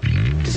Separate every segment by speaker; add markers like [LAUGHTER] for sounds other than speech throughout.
Speaker 1: This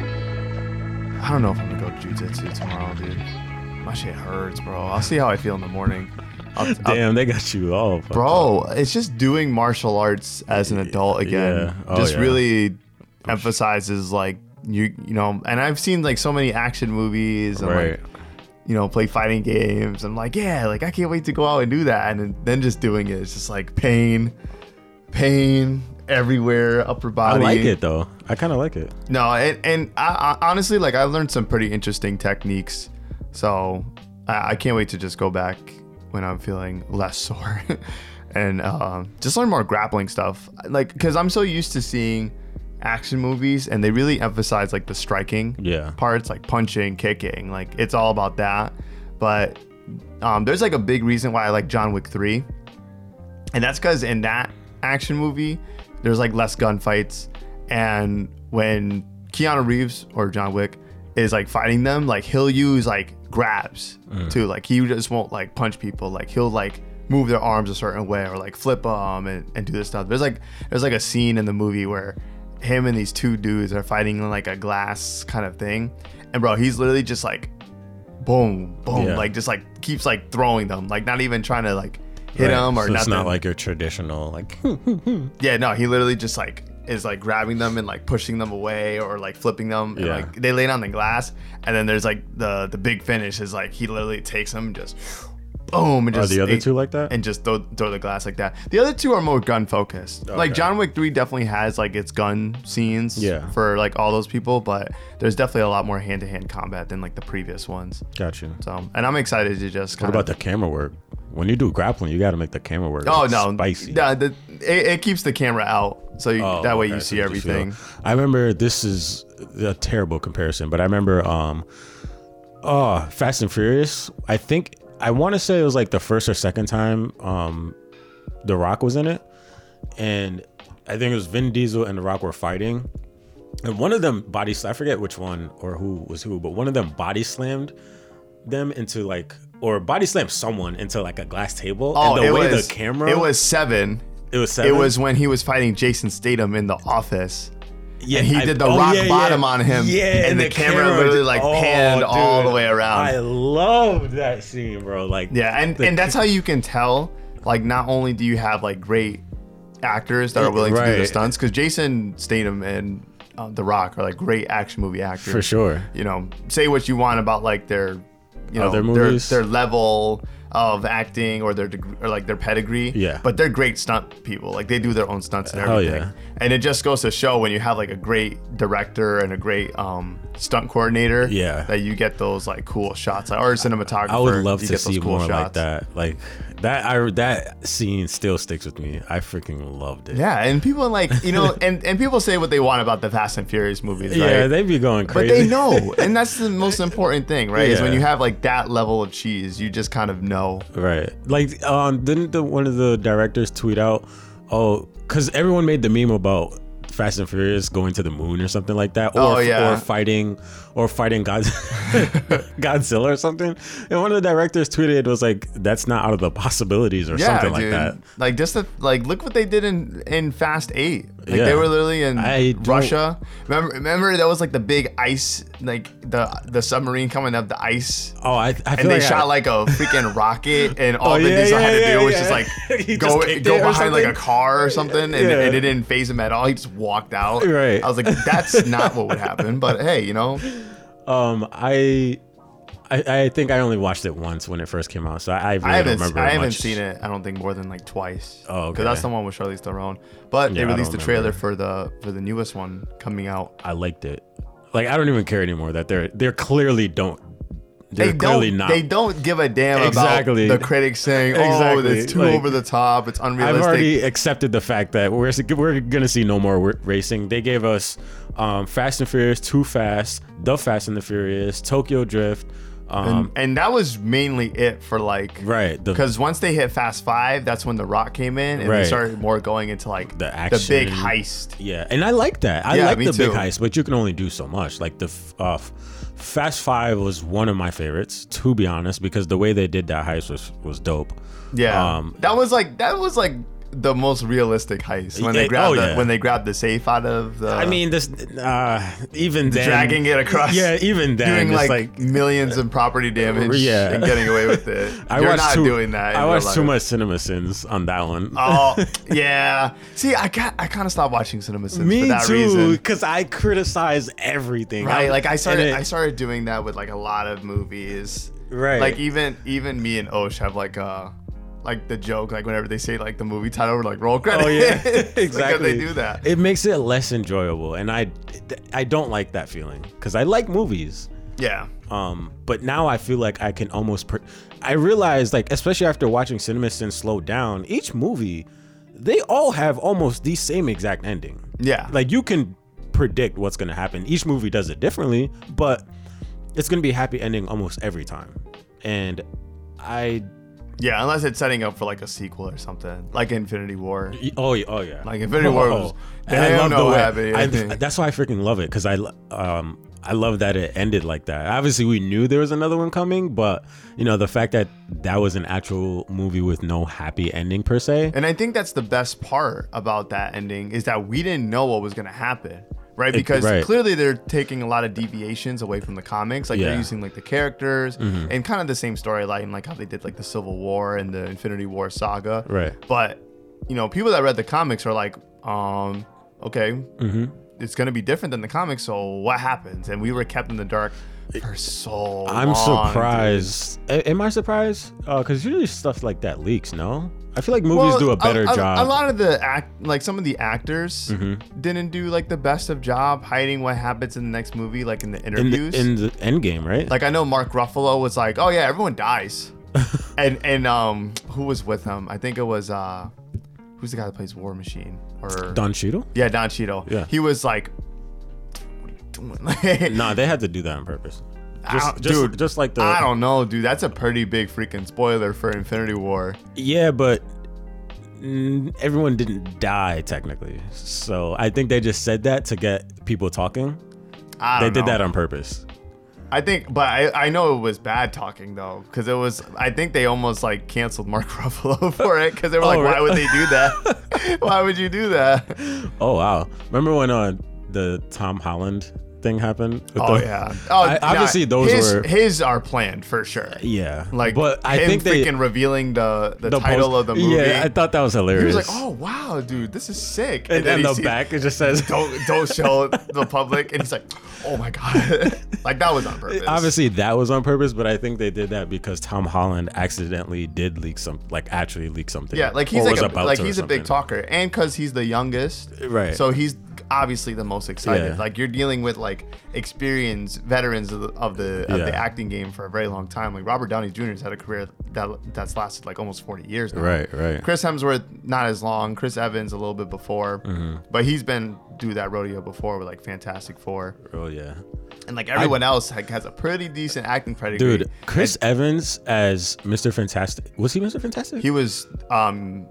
Speaker 2: I don't know if I'm gonna go jujitsu tomorrow, dude. My shit hurts, bro. I'll see how I feel in the morning. I'll, I'll-
Speaker 3: Damn, they got you all. fucked up.
Speaker 2: bro, it's just doing martial arts as an adult again.
Speaker 3: Yeah. Oh,
Speaker 2: just
Speaker 3: yeah.
Speaker 2: really emphasizes like you, you know. And I've seen like so many action movies and
Speaker 3: Right.
Speaker 2: like you know play fighting games. I'm like, yeah, like I can't wait to go out and do that. And then just doing it, it's just like pain, pain everywhere, upper
Speaker 3: I
Speaker 2: body.
Speaker 3: like it though. I kind of like it.
Speaker 2: No, and, and I, I honestly like I've learned some pretty interesting techniques, so I, I can't wait to just go back when I'm feeling less [LAUGHS] sore, and um, just learn more grappling stuff. Like, cause I'm so used to seeing action movies, and they really emphasize like the striking
Speaker 3: Yeah.
Speaker 2: parts, like punching, kicking. Like it's all about that. But um, there's like a big reason why I like John Wick three, and that's because in that action movie, there's like less gunfights, and when Keanu Reeves or John Wick is like fighting them, like he'll use like grabs
Speaker 3: Mm.
Speaker 2: too. Like he just won't like punch people. Like he'll like move their arms a certain way or like flip them and, and do this stuff. There's like there's like a scene in the movie where him and these two dudes are fighting in like a glass kind of thing, and bro, he's literally just like boom, boom,
Speaker 3: Yeah.
Speaker 2: like just like keeps like throwing them, like not even trying to like hit
Speaker 3: Right.
Speaker 2: them or nothing.
Speaker 3: so
Speaker 2: Hmm.
Speaker 3: It's not like your traditional like.
Speaker 2: Yeah, no, he literally just like is like grabbing them and like pushing them away or like flipping them. And,
Speaker 3: Yeah.
Speaker 2: like they lay down the glass, and then there's like the the big finish is like he literally takes them and just boom and
Speaker 3: Are
Speaker 2: just
Speaker 3: the other
Speaker 2: it-
Speaker 3: two like that?
Speaker 2: and just throw, throw the glass like that. The other two are more gun focused. Like
Speaker 3: Okay.
Speaker 2: John Wick 3 definitely has like its gun scenes
Speaker 3: Yeah.
Speaker 2: for like all those people, but there's definitely a lot more hand to hand combat than like the previous ones.
Speaker 3: got you.
Speaker 2: So, and I'm excited to just
Speaker 3: What
Speaker 2: kind
Speaker 3: about
Speaker 2: of
Speaker 3: the camera work? When you do grappling, you got to make the camera work.
Speaker 2: Oh
Speaker 3: like,
Speaker 2: no!
Speaker 3: spicy.
Speaker 2: Yeah, the, it, it keeps the camera out, so you,
Speaker 3: Oh,
Speaker 2: that way you
Speaker 3: okay, so
Speaker 2: see
Speaker 3: you just feel-
Speaker 2: everything.
Speaker 3: I remember this is a terrible comparison, but I remember um oh Fast and Furious. I think I want to say it was like the first or second time um The Rock was in it. And I think it was Vin Diesel and The Rock were fighting. And one of them body sl- I forget which one or who was who, but one of them body slammed them into like or body slammed someone into like a glass table. and the way the camera
Speaker 2: It Oh, was seven.
Speaker 3: it was seven?
Speaker 2: It was when he was fighting Jason Statham in the office.
Speaker 3: Yeah, oh,
Speaker 2: and he did the rock bottom on him,
Speaker 3: Yeah,
Speaker 2: and the camera literally, like, panned all the way around.
Speaker 3: oh, I loved that scene, bro. Like,
Speaker 2: Yeah, and
Speaker 3: the-
Speaker 2: and
Speaker 3: [LAUGHS]
Speaker 2: that's how you can tell. Like, not only do you have like great actors that are willing to do the
Speaker 3: Right.
Speaker 2: stunts, because Jason Statham and um, The Rock are like great action movie actors
Speaker 3: for sure.
Speaker 2: you know, say what you want about like their, you know,
Speaker 3: Other
Speaker 2: their
Speaker 3: movies?
Speaker 2: their level of acting or their deg- or like their pedigree.
Speaker 3: Yeah.
Speaker 2: But they're great stunt people. Like they do their own stunts and
Speaker 3: Hell
Speaker 2: everything.
Speaker 3: yeah.
Speaker 2: And it just goes to show when you have like a great director and a great um, stunt coordinator.
Speaker 3: Yeah.
Speaker 2: That you get those like cool shots or a cinematographer.
Speaker 3: I would love
Speaker 2: you
Speaker 3: to
Speaker 2: get those
Speaker 3: see
Speaker 2: cool
Speaker 3: more like
Speaker 2: shots.
Speaker 3: that. Like that, I that scene still sticks with me. I freaking loved it.
Speaker 2: Yeah, and people like you
Speaker 3: [LAUGHS]
Speaker 2: know, and and people say what they want about the Fast and Furious movies.
Speaker 3: yeah,
Speaker 2: right?
Speaker 3: they'd be going
Speaker 2: But
Speaker 3: crazy. [LAUGHS]
Speaker 2: they know, and that's the most important thing, right? Is when
Speaker 3: Yeah.
Speaker 2: you have like that level of cheese, you just kind of know.
Speaker 3: Right. Like, um, didn't the, one of the directors tweet out, oh, because everyone made the meme about Fast and Furious going to the moon or something like that, or,
Speaker 2: Oh, yeah.
Speaker 3: or fighting, or fighting God, Godzilla [LAUGHS] or something. And one of the directors tweeted was like, "That's not out of the possibilities" or something like that.
Speaker 2: Like just the, like look what they did in in Fast Eight. Like
Speaker 3: Yeah.
Speaker 2: they were literally in
Speaker 3: I don't-
Speaker 2: Russia. Remember, remember that was like the big ice, like the the submarine coming up the ice.
Speaker 3: Oh, I, I feel
Speaker 2: And
Speaker 3: like
Speaker 2: they
Speaker 3: I-
Speaker 2: shot like a freaking rocket, and all
Speaker 3: [LAUGHS] Oh,
Speaker 2: Vin
Speaker 3: yeah,
Speaker 2: Diesel had to
Speaker 3: yeah,
Speaker 2: do
Speaker 3: yeah,
Speaker 2: was
Speaker 3: yeah. [LAUGHS]
Speaker 2: just
Speaker 3: He
Speaker 2: like
Speaker 3: just
Speaker 2: go
Speaker 3: kicked
Speaker 2: go
Speaker 3: it or
Speaker 2: behind like a
Speaker 3: something.
Speaker 2: car or something, and,
Speaker 3: Yeah.
Speaker 2: and it didn't phase him at all. He just walked out.
Speaker 3: Right.
Speaker 2: I was like, that's not what would happen. But hey, you
Speaker 3: [LAUGHS]
Speaker 2: know,
Speaker 3: um, I. I, I think I only watched it once when it first came out, so I, I really
Speaker 2: I haven't,
Speaker 3: don't remember.
Speaker 2: I haven't
Speaker 3: much.
Speaker 2: seen it. I don't think more than like twice.
Speaker 3: Oh, okay.
Speaker 2: because that's the one with Charlize Theron. But
Speaker 3: Yeah, I
Speaker 2: they released the
Speaker 3: don't
Speaker 2: trailer
Speaker 3: remember.
Speaker 2: for the for the newest one coming out.
Speaker 3: I liked it. Like I don't even care anymore that they're they're clearly don't They're
Speaker 2: they
Speaker 3: clearly
Speaker 2: don't.
Speaker 3: not.
Speaker 2: They don't give a damn
Speaker 3: Exactly.
Speaker 2: about the critics saying, "Oh,
Speaker 3: Exactly.
Speaker 2: it's too
Speaker 3: Like,
Speaker 2: over the top. It's
Speaker 3: I've
Speaker 2: unrealistic."
Speaker 3: already accepted the fact that we're we're gonna see no more wi- racing. They gave us um, Fast and Furious, Too Fast, The Fast and the Furious, Tokyo Drift. Um,
Speaker 2: and that was mainly it for like
Speaker 3: right, the
Speaker 2: Because once they hit Fast Five, that's when The Rock came in, and
Speaker 3: Right.
Speaker 2: they started more going into like
Speaker 3: The
Speaker 2: big
Speaker 3: action.
Speaker 2: heist.
Speaker 3: Yeah, and I like that. I
Speaker 2: Yeah,
Speaker 3: like
Speaker 2: me
Speaker 3: the big
Speaker 2: too.
Speaker 3: heist, but you can only do so much. Like the f- uh, f- Fast Five was one of my favorites, to be honest, because the way they did that heist was was dope.
Speaker 2: Yeah,
Speaker 3: Um,
Speaker 2: that was like that was like the most realistic heist when
Speaker 3: Yeah,
Speaker 2: they
Speaker 3: oh,
Speaker 2: grabbed the,
Speaker 3: yeah.
Speaker 2: when they grabbed the safe out of the.
Speaker 3: I mean, this uh, even then,
Speaker 2: dragging it across.
Speaker 3: Yeah, even
Speaker 2: [LAUGHS] doing
Speaker 3: then, it's
Speaker 2: like,
Speaker 3: like,
Speaker 2: millions in property damage
Speaker 3: Yeah.
Speaker 2: and getting away with it.
Speaker 3: [LAUGHS] I
Speaker 2: You're
Speaker 3: watched
Speaker 2: not
Speaker 3: too,
Speaker 2: doing that. in
Speaker 3: I
Speaker 2: real
Speaker 3: watched too
Speaker 2: life.
Speaker 3: much Cinema Sins on that one. [LAUGHS]
Speaker 2: Oh yeah. See, I got, I kind of stopped watching Cinema Sins for
Speaker 3: Me
Speaker 2: that
Speaker 3: too,
Speaker 2: reason.
Speaker 3: because I criticize everything.
Speaker 2: Right, like I started,
Speaker 3: and it-
Speaker 2: I started doing that with like a lot of movies.
Speaker 3: Right.
Speaker 2: like even even me and Osh have like uh like the joke like whenever they say like the movie title we're like roll credits. [LAUGHS]
Speaker 3: Oh yeah, [LAUGHS]
Speaker 2: Like,
Speaker 3: exactly.
Speaker 2: they do that.
Speaker 3: It makes it less enjoyable, and I, I don't like that feeling because I like movies.
Speaker 2: yeah,
Speaker 3: Um, but now I feel like I can almost. Per- I realize, like, especially after watching CinemaSins slow down, each movie, they all have almost the same exact ending.
Speaker 2: Yeah.
Speaker 3: like you can predict what's gonna happen. Each movie does it differently, but it's gonna be a happy ending almost every time. And I,
Speaker 2: yeah. Unless it's setting up for like a sequel or something, like Infinity War.
Speaker 3: oh yeah, oh yeah,
Speaker 2: Like, Infinity War was-
Speaker 3: and
Speaker 2: they
Speaker 3: I love
Speaker 2: don't know what
Speaker 3: the way.
Speaker 2: happened,
Speaker 3: I,
Speaker 2: anything. [LAUGHS]
Speaker 3: that's why I freaking love it because I, lo- um, I love that it ended like that. Obviously, we knew there was another one coming, but you know the fact that that was an actual movie with no happy ending per se.
Speaker 2: And I think that's the best part about that ending is that we didn't know what was going to happen, right? Because
Speaker 3: right.
Speaker 2: clearly they're taking a lot of deviations away from the comics. Like
Speaker 3: Yeah. Mm-hmm.
Speaker 2: they're using like the characters and kind of the same storyline, like how they did like the Civil War and the Infinity War saga.
Speaker 3: Right.
Speaker 2: But, you know, people that read the comics are like, um, okay,
Speaker 3: Mm-hmm.
Speaker 2: it's going to be different than the comics. So what happens? And we were kept in the dark for so
Speaker 3: I'm
Speaker 2: long, dude.
Speaker 3: surprised. A- am I surprised? Because usually stuff like that leaks. No, I feel like movies
Speaker 2: Well,
Speaker 3: do a better
Speaker 2: a,
Speaker 3: job. Mm-hmm.
Speaker 2: A lot of the act, like some of the actors, didn't do like the best of job hiding what happens in the next movie, like in the
Speaker 3: in
Speaker 2: interviews.
Speaker 3: the, in the end game, right?
Speaker 2: like I know Mark Ruffalo was like, "Oh yeah, everyone
Speaker 3: [LAUGHS]
Speaker 2: dies," and and um, who was with him? I think it was uh, who's the guy that plays War Machine or
Speaker 3: Don Cheadle?
Speaker 2: yeah, Don Cheadle.
Speaker 3: Yeah.
Speaker 2: he was like, "What are you doing?" [LAUGHS]
Speaker 3: Nah, they had to do that on purpose. Just,
Speaker 2: don't-
Speaker 3: just,
Speaker 2: dude,
Speaker 3: just like the
Speaker 2: I don't know, dude. That's a pretty big freaking spoiler for Infinity War.
Speaker 3: Yeah, but mm, everyone didn't die technically. So I think they just said that to get people talking.
Speaker 2: I
Speaker 3: They
Speaker 2: don't
Speaker 3: did
Speaker 2: know.
Speaker 3: that on purpose.
Speaker 2: I think, but I, I know it was bad talking though, because it was. I think they almost like canceled Mark [LAUGHS] Ruffalo for it, because they were like,
Speaker 3: Oh,
Speaker 2: "Why
Speaker 3: really?
Speaker 2: would they do that? [LAUGHS] Why would you do
Speaker 3: [LAUGHS]
Speaker 2: that?"
Speaker 3: Oh wow! Remember when uh, the Tom Holland thing happened? With
Speaker 2: Oh
Speaker 3: the-
Speaker 2: yeah. Oh,
Speaker 3: I- obviously those
Speaker 2: his,
Speaker 3: were-
Speaker 2: his are planned for sure.
Speaker 3: yeah.
Speaker 2: Like,
Speaker 3: but I
Speaker 2: him
Speaker 3: think they
Speaker 2: freaking revealing the the,
Speaker 3: the
Speaker 2: title
Speaker 3: post-
Speaker 2: of the movie.
Speaker 3: Yeah, I thought that was
Speaker 2: he was
Speaker 3: hilarious.
Speaker 2: like, "Oh wow, dude, this is sick."
Speaker 3: [LAUGHS] and then
Speaker 2: he
Speaker 3: the
Speaker 2: sees-
Speaker 3: back it just
Speaker 2: [LAUGHS]
Speaker 3: says.
Speaker 2: Don't don't show the public, and he's like, "Oh my god!" [LAUGHS] like that was on purpose.
Speaker 3: Obviously, that was on purpose, but I think they did that because Tom Holland accidentally did leak some, like actually leak something.
Speaker 2: Yeah, like
Speaker 3: or
Speaker 2: he's like
Speaker 3: was
Speaker 2: a,
Speaker 3: about
Speaker 2: like
Speaker 3: to or
Speaker 2: he's a big
Speaker 3: something.
Speaker 2: talker, and because he's the youngest,
Speaker 3: Right.
Speaker 2: So he's obviously the most excited.
Speaker 3: Yeah.
Speaker 2: Like you're dealing with like experienced veterans of the of the, of
Speaker 3: Yeah.
Speaker 2: the acting game for a very long time. Like Robert Downey Jr. has had a career that that's lasted like almost 40 years. Now.
Speaker 3: Right, right.
Speaker 2: Chris Hemsworth not as long. Chris Evans a little bit before,
Speaker 3: Mm-hmm.
Speaker 2: but he's been through that rodeo before with like Fantastic Four,
Speaker 3: Oh yeah.
Speaker 2: and like everyone else like, has a pretty decent acting pedigree.
Speaker 3: Dude, Chris Evans as Mr. Fantastic. Was he Mr. Fantastic?
Speaker 2: he was um,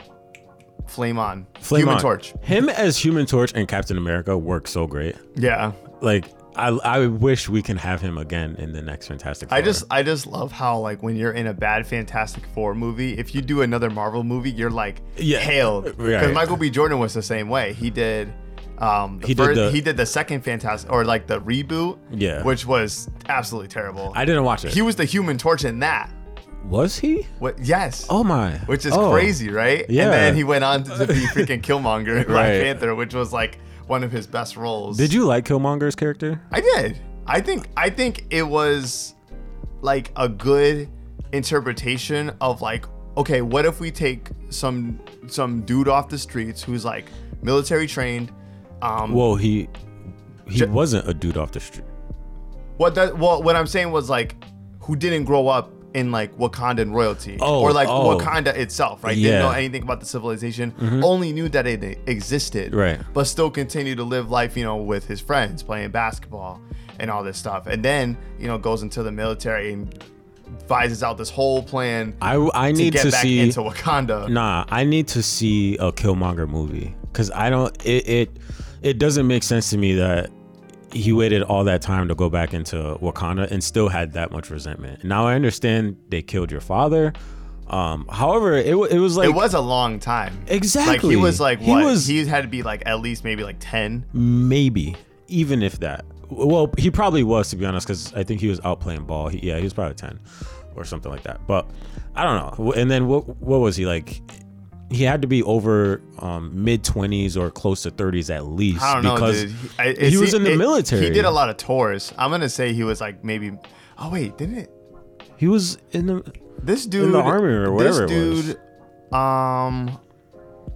Speaker 2: Flame On,
Speaker 3: Flame
Speaker 2: Human
Speaker 3: on.
Speaker 2: Torch.
Speaker 3: Him as Human Torch and Captain America work so great.
Speaker 2: Yeah.
Speaker 3: Like I, I wish we can have him again in the next Fantastic.
Speaker 2: I
Speaker 3: Four.
Speaker 2: just I just love how like when you're in a bad Fantastic Four movie, if you do another Marvel movie, you're like
Speaker 3: Yeah.
Speaker 2: hailed. Because
Speaker 3: Right.
Speaker 2: Michael B. Jordan was the same way. He did um the
Speaker 3: He did
Speaker 2: first,
Speaker 3: the-
Speaker 2: he did the second Fantastic or like the reboot.
Speaker 3: Yeah.
Speaker 2: Which was absolutely terrible.
Speaker 3: I didn't watch it.
Speaker 2: he was the human torch in that.
Speaker 3: was he?
Speaker 2: What yes.
Speaker 3: Oh my.
Speaker 2: Which is
Speaker 3: Oh.
Speaker 2: crazy, right?
Speaker 3: Yeah.
Speaker 2: And then he went on to
Speaker 3: [LAUGHS]
Speaker 2: be freaking Killmonger in Black
Speaker 3: Right.
Speaker 2: Panther, which was like one of his best roles.
Speaker 3: Did you like Killmonger's character?
Speaker 2: I did. I think I think it was like a good interpretation of like, okay, what if we take some some dude off the streets who's like military trained? Um,
Speaker 3: Whoa, he he
Speaker 2: Ju-
Speaker 3: wasn't a dude off the street.
Speaker 2: what that well, what I'm saying was like, who didn't grow up in like Wakandan royalty
Speaker 3: Oh,
Speaker 2: or like
Speaker 3: oh.
Speaker 2: Wakanda itself, right?
Speaker 3: Yeah. Mm-hmm.
Speaker 2: Didn't know anything about the civilization, only knew that it existed,
Speaker 3: Right.
Speaker 2: But still continued to live life, you know, with his friends playing basketball and all this stuff, and then you know goes into the military and vises out this whole plan
Speaker 3: I I
Speaker 2: to
Speaker 3: need
Speaker 2: get
Speaker 3: to
Speaker 2: back
Speaker 3: see
Speaker 2: into Wakanda.
Speaker 3: Nah, I need to see a Killmonger movie because I don't. It, it it doesn't make sense to me that he waited all that time to go back into Wakanda and still had that much resentment. Now I understand they killed your father. Um, however, it wa- it was like
Speaker 2: it was a long time. Like
Speaker 3: Exactly.
Speaker 2: he was like
Speaker 3: He
Speaker 2: what? He,
Speaker 3: was-
Speaker 2: had to be like at least maybe like ten.
Speaker 3: maybe even if that. Well, he probably was to be honest because I think he was out playing ball. He, yeah, he was probably ten or something like that. But I don't know. And then what what was he like? He had to be over um, mid twenties or close to thirties at least.
Speaker 2: I don't know,
Speaker 3: because
Speaker 2: dude. I- it
Speaker 3: he was
Speaker 2: se-
Speaker 3: in the
Speaker 2: it-
Speaker 3: military.
Speaker 2: He did a lot of tours. I'm gonna say he was like maybe. Oh wait, didn't it?
Speaker 3: He was in the.
Speaker 2: This dude
Speaker 3: army or whatever it
Speaker 2: This dude. Um.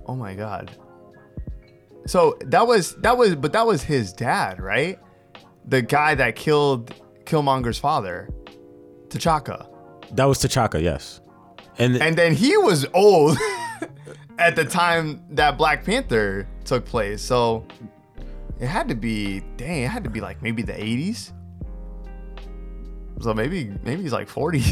Speaker 2: Oh my god. So that was that was but that was his dad, right? The guy that killed Killmonger's father, T'Chaka,
Speaker 3: That was T'Chaka. Yes. And,
Speaker 2: and then he was old [LAUGHS] at the time that Black Panther took place. So it had to be dang, it had to be like maybe the 80s. So maybe maybe he's like
Speaker 3: [LAUGHS]
Speaker 2: 40.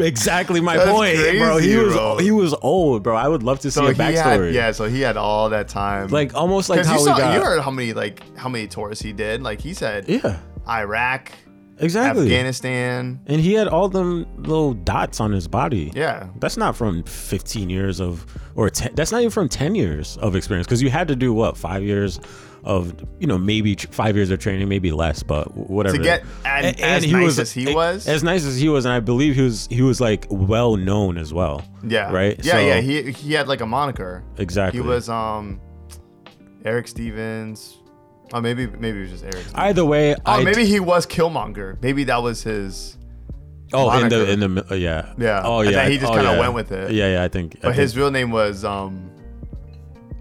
Speaker 3: exactly my
Speaker 2: That's
Speaker 3: point, bro. He
Speaker 2: crazy,
Speaker 3: was
Speaker 2: bro.
Speaker 3: he was old, bro. I would love to see
Speaker 2: So
Speaker 3: a
Speaker 2: he
Speaker 3: backstory.
Speaker 2: had, yeah. So he had all that time,
Speaker 3: Like almost like
Speaker 2: because
Speaker 3: how
Speaker 2: you
Speaker 3: we
Speaker 2: saw,
Speaker 3: got.
Speaker 2: you heard how many like how many tours he did. Like he said,
Speaker 3: yeah.
Speaker 2: Iraq,
Speaker 3: Exactly.
Speaker 2: Afghanistan.
Speaker 3: And he had all them little dots on his body.
Speaker 2: Yeah,
Speaker 3: That's not from 15 years of, or 10, that's not even from 10 years of experience. Cause you had to do what, five years of, you know, maybe tr- five years of training, maybe less, but wh- whatever.
Speaker 2: get and- as nice as he was?
Speaker 3: As nice as he was. And I believe he was, he was like well known as well.
Speaker 2: yeah,
Speaker 3: Right?
Speaker 2: Yeah,
Speaker 3: So-
Speaker 2: yeah. He he had like a moniker.
Speaker 3: Exactly.
Speaker 2: He was um, Eric Stevens. Oh, maybe maybe it was just Eric. Stevens.
Speaker 3: Either way,
Speaker 2: Oh,
Speaker 3: I
Speaker 2: maybe he was Killmonger. Maybe that was his.
Speaker 3: oh in the
Speaker 2: moniker.
Speaker 3: in the mi- uh, yeah
Speaker 2: Yeah.
Speaker 3: oh
Speaker 2: I
Speaker 3: yeah
Speaker 2: thought he just
Speaker 3: oh,
Speaker 2: kinda
Speaker 3: yeah.
Speaker 2: went with it.
Speaker 3: yeah yeah I think
Speaker 2: But his real name was um,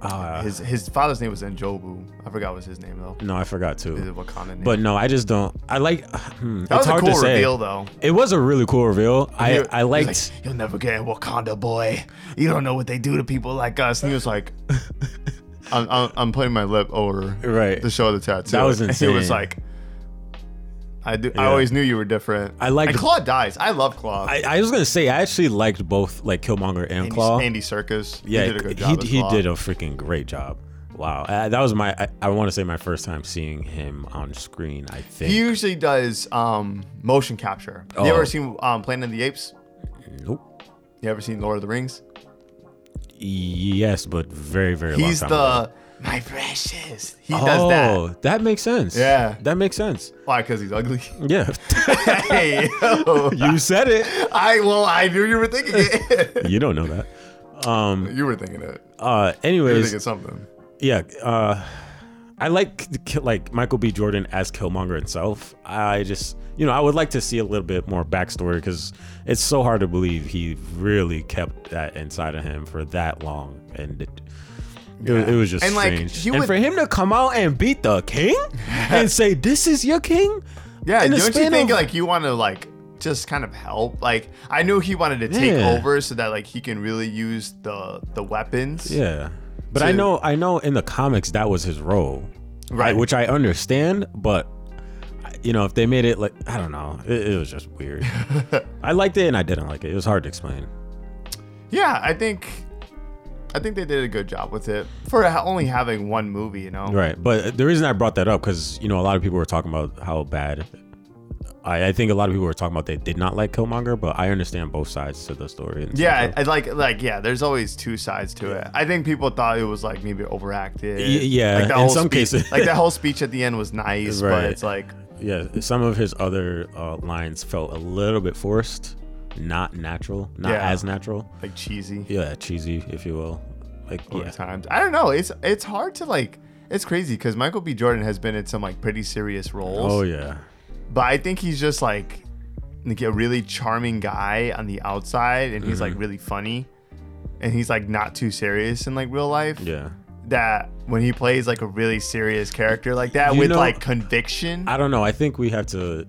Speaker 3: uh,
Speaker 2: his his father's name was Njobu. I forgot what his name though.
Speaker 3: no I forgot too
Speaker 2: His Wakanda name.
Speaker 3: but no I just don't I like [SIGHS] hmm,
Speaker 2: that was
Speaker 3: it's
Speaker 2: a
Speaker 3: hard
Speaker 2: cool
Speaker 3: to say
Speaker 2: reveal though.
Speaker 3: It was a really cool reveal. I,
Speaker 2: He-
Speaker 3: I
Speaker 2: he was
Speaker 3: liked.
Speaker 2: like, You'll never get a Wakanda boy. You don't know what they do to people like us. And he was
Speaker 3: [LAUGHS]
Speaker 2: like, I'm, I'm, I'm putting my lip over
Speaker 3: Right.
Speaker 2: to show the tattoo.
Speaker 3: That was
Speaker 2: And he was
Speaker 3: insane.
Speaker 2: like, I do. I
Speaker 3: Yeah.
Speaker 2: always knew you were different.
Speaker 3: I liked-
Speaker 2: And Claw dies. I love Claw.
Speaker 3: I, I was gonna say I actually liked both like Killmonger and
Speaker 2: Andy,
Speaker 3: Claw.
Speaker 2: Andy Circus.
Speaker 3: yeah,
Speaker 2: he did a good job.
Speaker 3: he,
Speaker 2: as
Speaker 3: he
Speaker 2: Claw.
Speaker 3: did a freaking great job. Wow, Uh, that was my I, I want to say my first time seeing him on screen. I think.
Speaker 2: He usually does um, motion capture. You
Speaker 3: Oh.
Speaker 2: ever seen um, Planet of the Apes?
Speaker 3: nope.
Speaker 2: You ever seen Lord of the Rings?
Speaker 3: Yes, but very very.
Speaker 2: He's
Speaker 3: long time
Speaker 2: the my precious. He
Speaker 3: ago.
Speaker 2: does that.
Speaker 3: Oh, that makes sense.
Speaker 2: Yeah.
Speaker 3: that makes sense.
Speaker 2: Why? Because he's
Speaker 3: [LAUGHS]
Speaker 2: ugly.
Speaker 3: Yeah, [LAUGHS]
Speaker 2: hey, yo.
Speaker 3: you said it.
Speaker 2: I well, I knew you were thinking
Speaker 3: [LAUGHS]
Speaker 2: it.
Speaker 3: You don't know that.
Speaker 2: you were thinking [LAUGHS] it.
Speaker 3: Uh,
Speaker 2: You were
Speaker 3: anyways,
Speaker 2: thinking something.
Speaker 3: yeah uh i like the Ki- like michael b jordan as killmonger himself i just you know i would like to see a little bit more backstory because it's so hard to believe he really kept that inside of him for that long and it, it, was- it was just
Speaker 2: And, like,
Speaker 3: strange
Speaker 2: you
Speaker 3: and
Speaker 2: would-
Speaker 3: for him to come out and beat the king
Speaker 2: [LAUGHS]
Speaker 3: and say this is your king
Speaker 2: Yeah,
Speaker 3: in the
Speaker 2: don't you
Speaker 3: span
Speaker 2: think
Speaker 3: of-
Speaker 2: like you want to like just kind of help? Like I knew he wanted to take
Speaker 3: Yeah.
Speaker 2: over so that like he can really use the the weapons.
Speaker 3: yeah but i
Speaker 2: To-
Speaker 3: know i know in the comics that was his role
Speaker 2: Right.
Speaker 3: which i understand but you know if they made it like i don't know it, it was just weird
Speaker 2: [LAUGHS]
Speaker 3: i liked it and i didn't like it it was hard to explain
Speaker 2: Yeah, I think I think they did a good job with it for ha- only having one movie. You know.
Speaker 3: right but the reason i brought that up because you know a lot of people were talking about how bad I, I think a lot of people were talking about they did not like killmonger but i understand both sides to the story and
Speaker 2: Yeah,
Speaker 3: stuff.
Speaker 2: I, I like like yeah. There's always two sides to it. I think people thought it was like maybe overacted.
Speaker 3: yeah,
Speaker 2: like that
Speaker 3: in
Speaker 2: whole
Speaker 3: some
Speaker 2: speech-
Speaker 3: cases. [LAUGHS]
Speaker 2: like that whole speech at the end was nice, but
Speaker 3: Right.
Speaker 2: it's like
Speaker 3: yeah some of his other uh, lines felt a little bit forced not natural not
Speaker 2: Yeah.
Speaker 3: as natural
Speaker 2: like cheesy.
Speaker 3: yeah cheesy if you will like
Speaker 2: over
Speaker 3: yeah.
Speaker 2: times. I don't know. It's it's hard to like. It's crazy because Michael B. Jordan has been in some like pretty serious roles,
Speaker 3: oh yeah
Speaker 2: but I think he's just like like a really charming guy on the outside, and he's
Speaker 3: Mm-hmm.
Speaker 2: like really funny, and he's like not too serious in like real life.
Speaker 3: yeah
Speaker 2: That when he plays like a really serious character like that
Speaker 3: You
Speaker 2: with
Speaker 3: know-
Speaker 2: like conviction,
Speaker 3: I don't know. I think we have to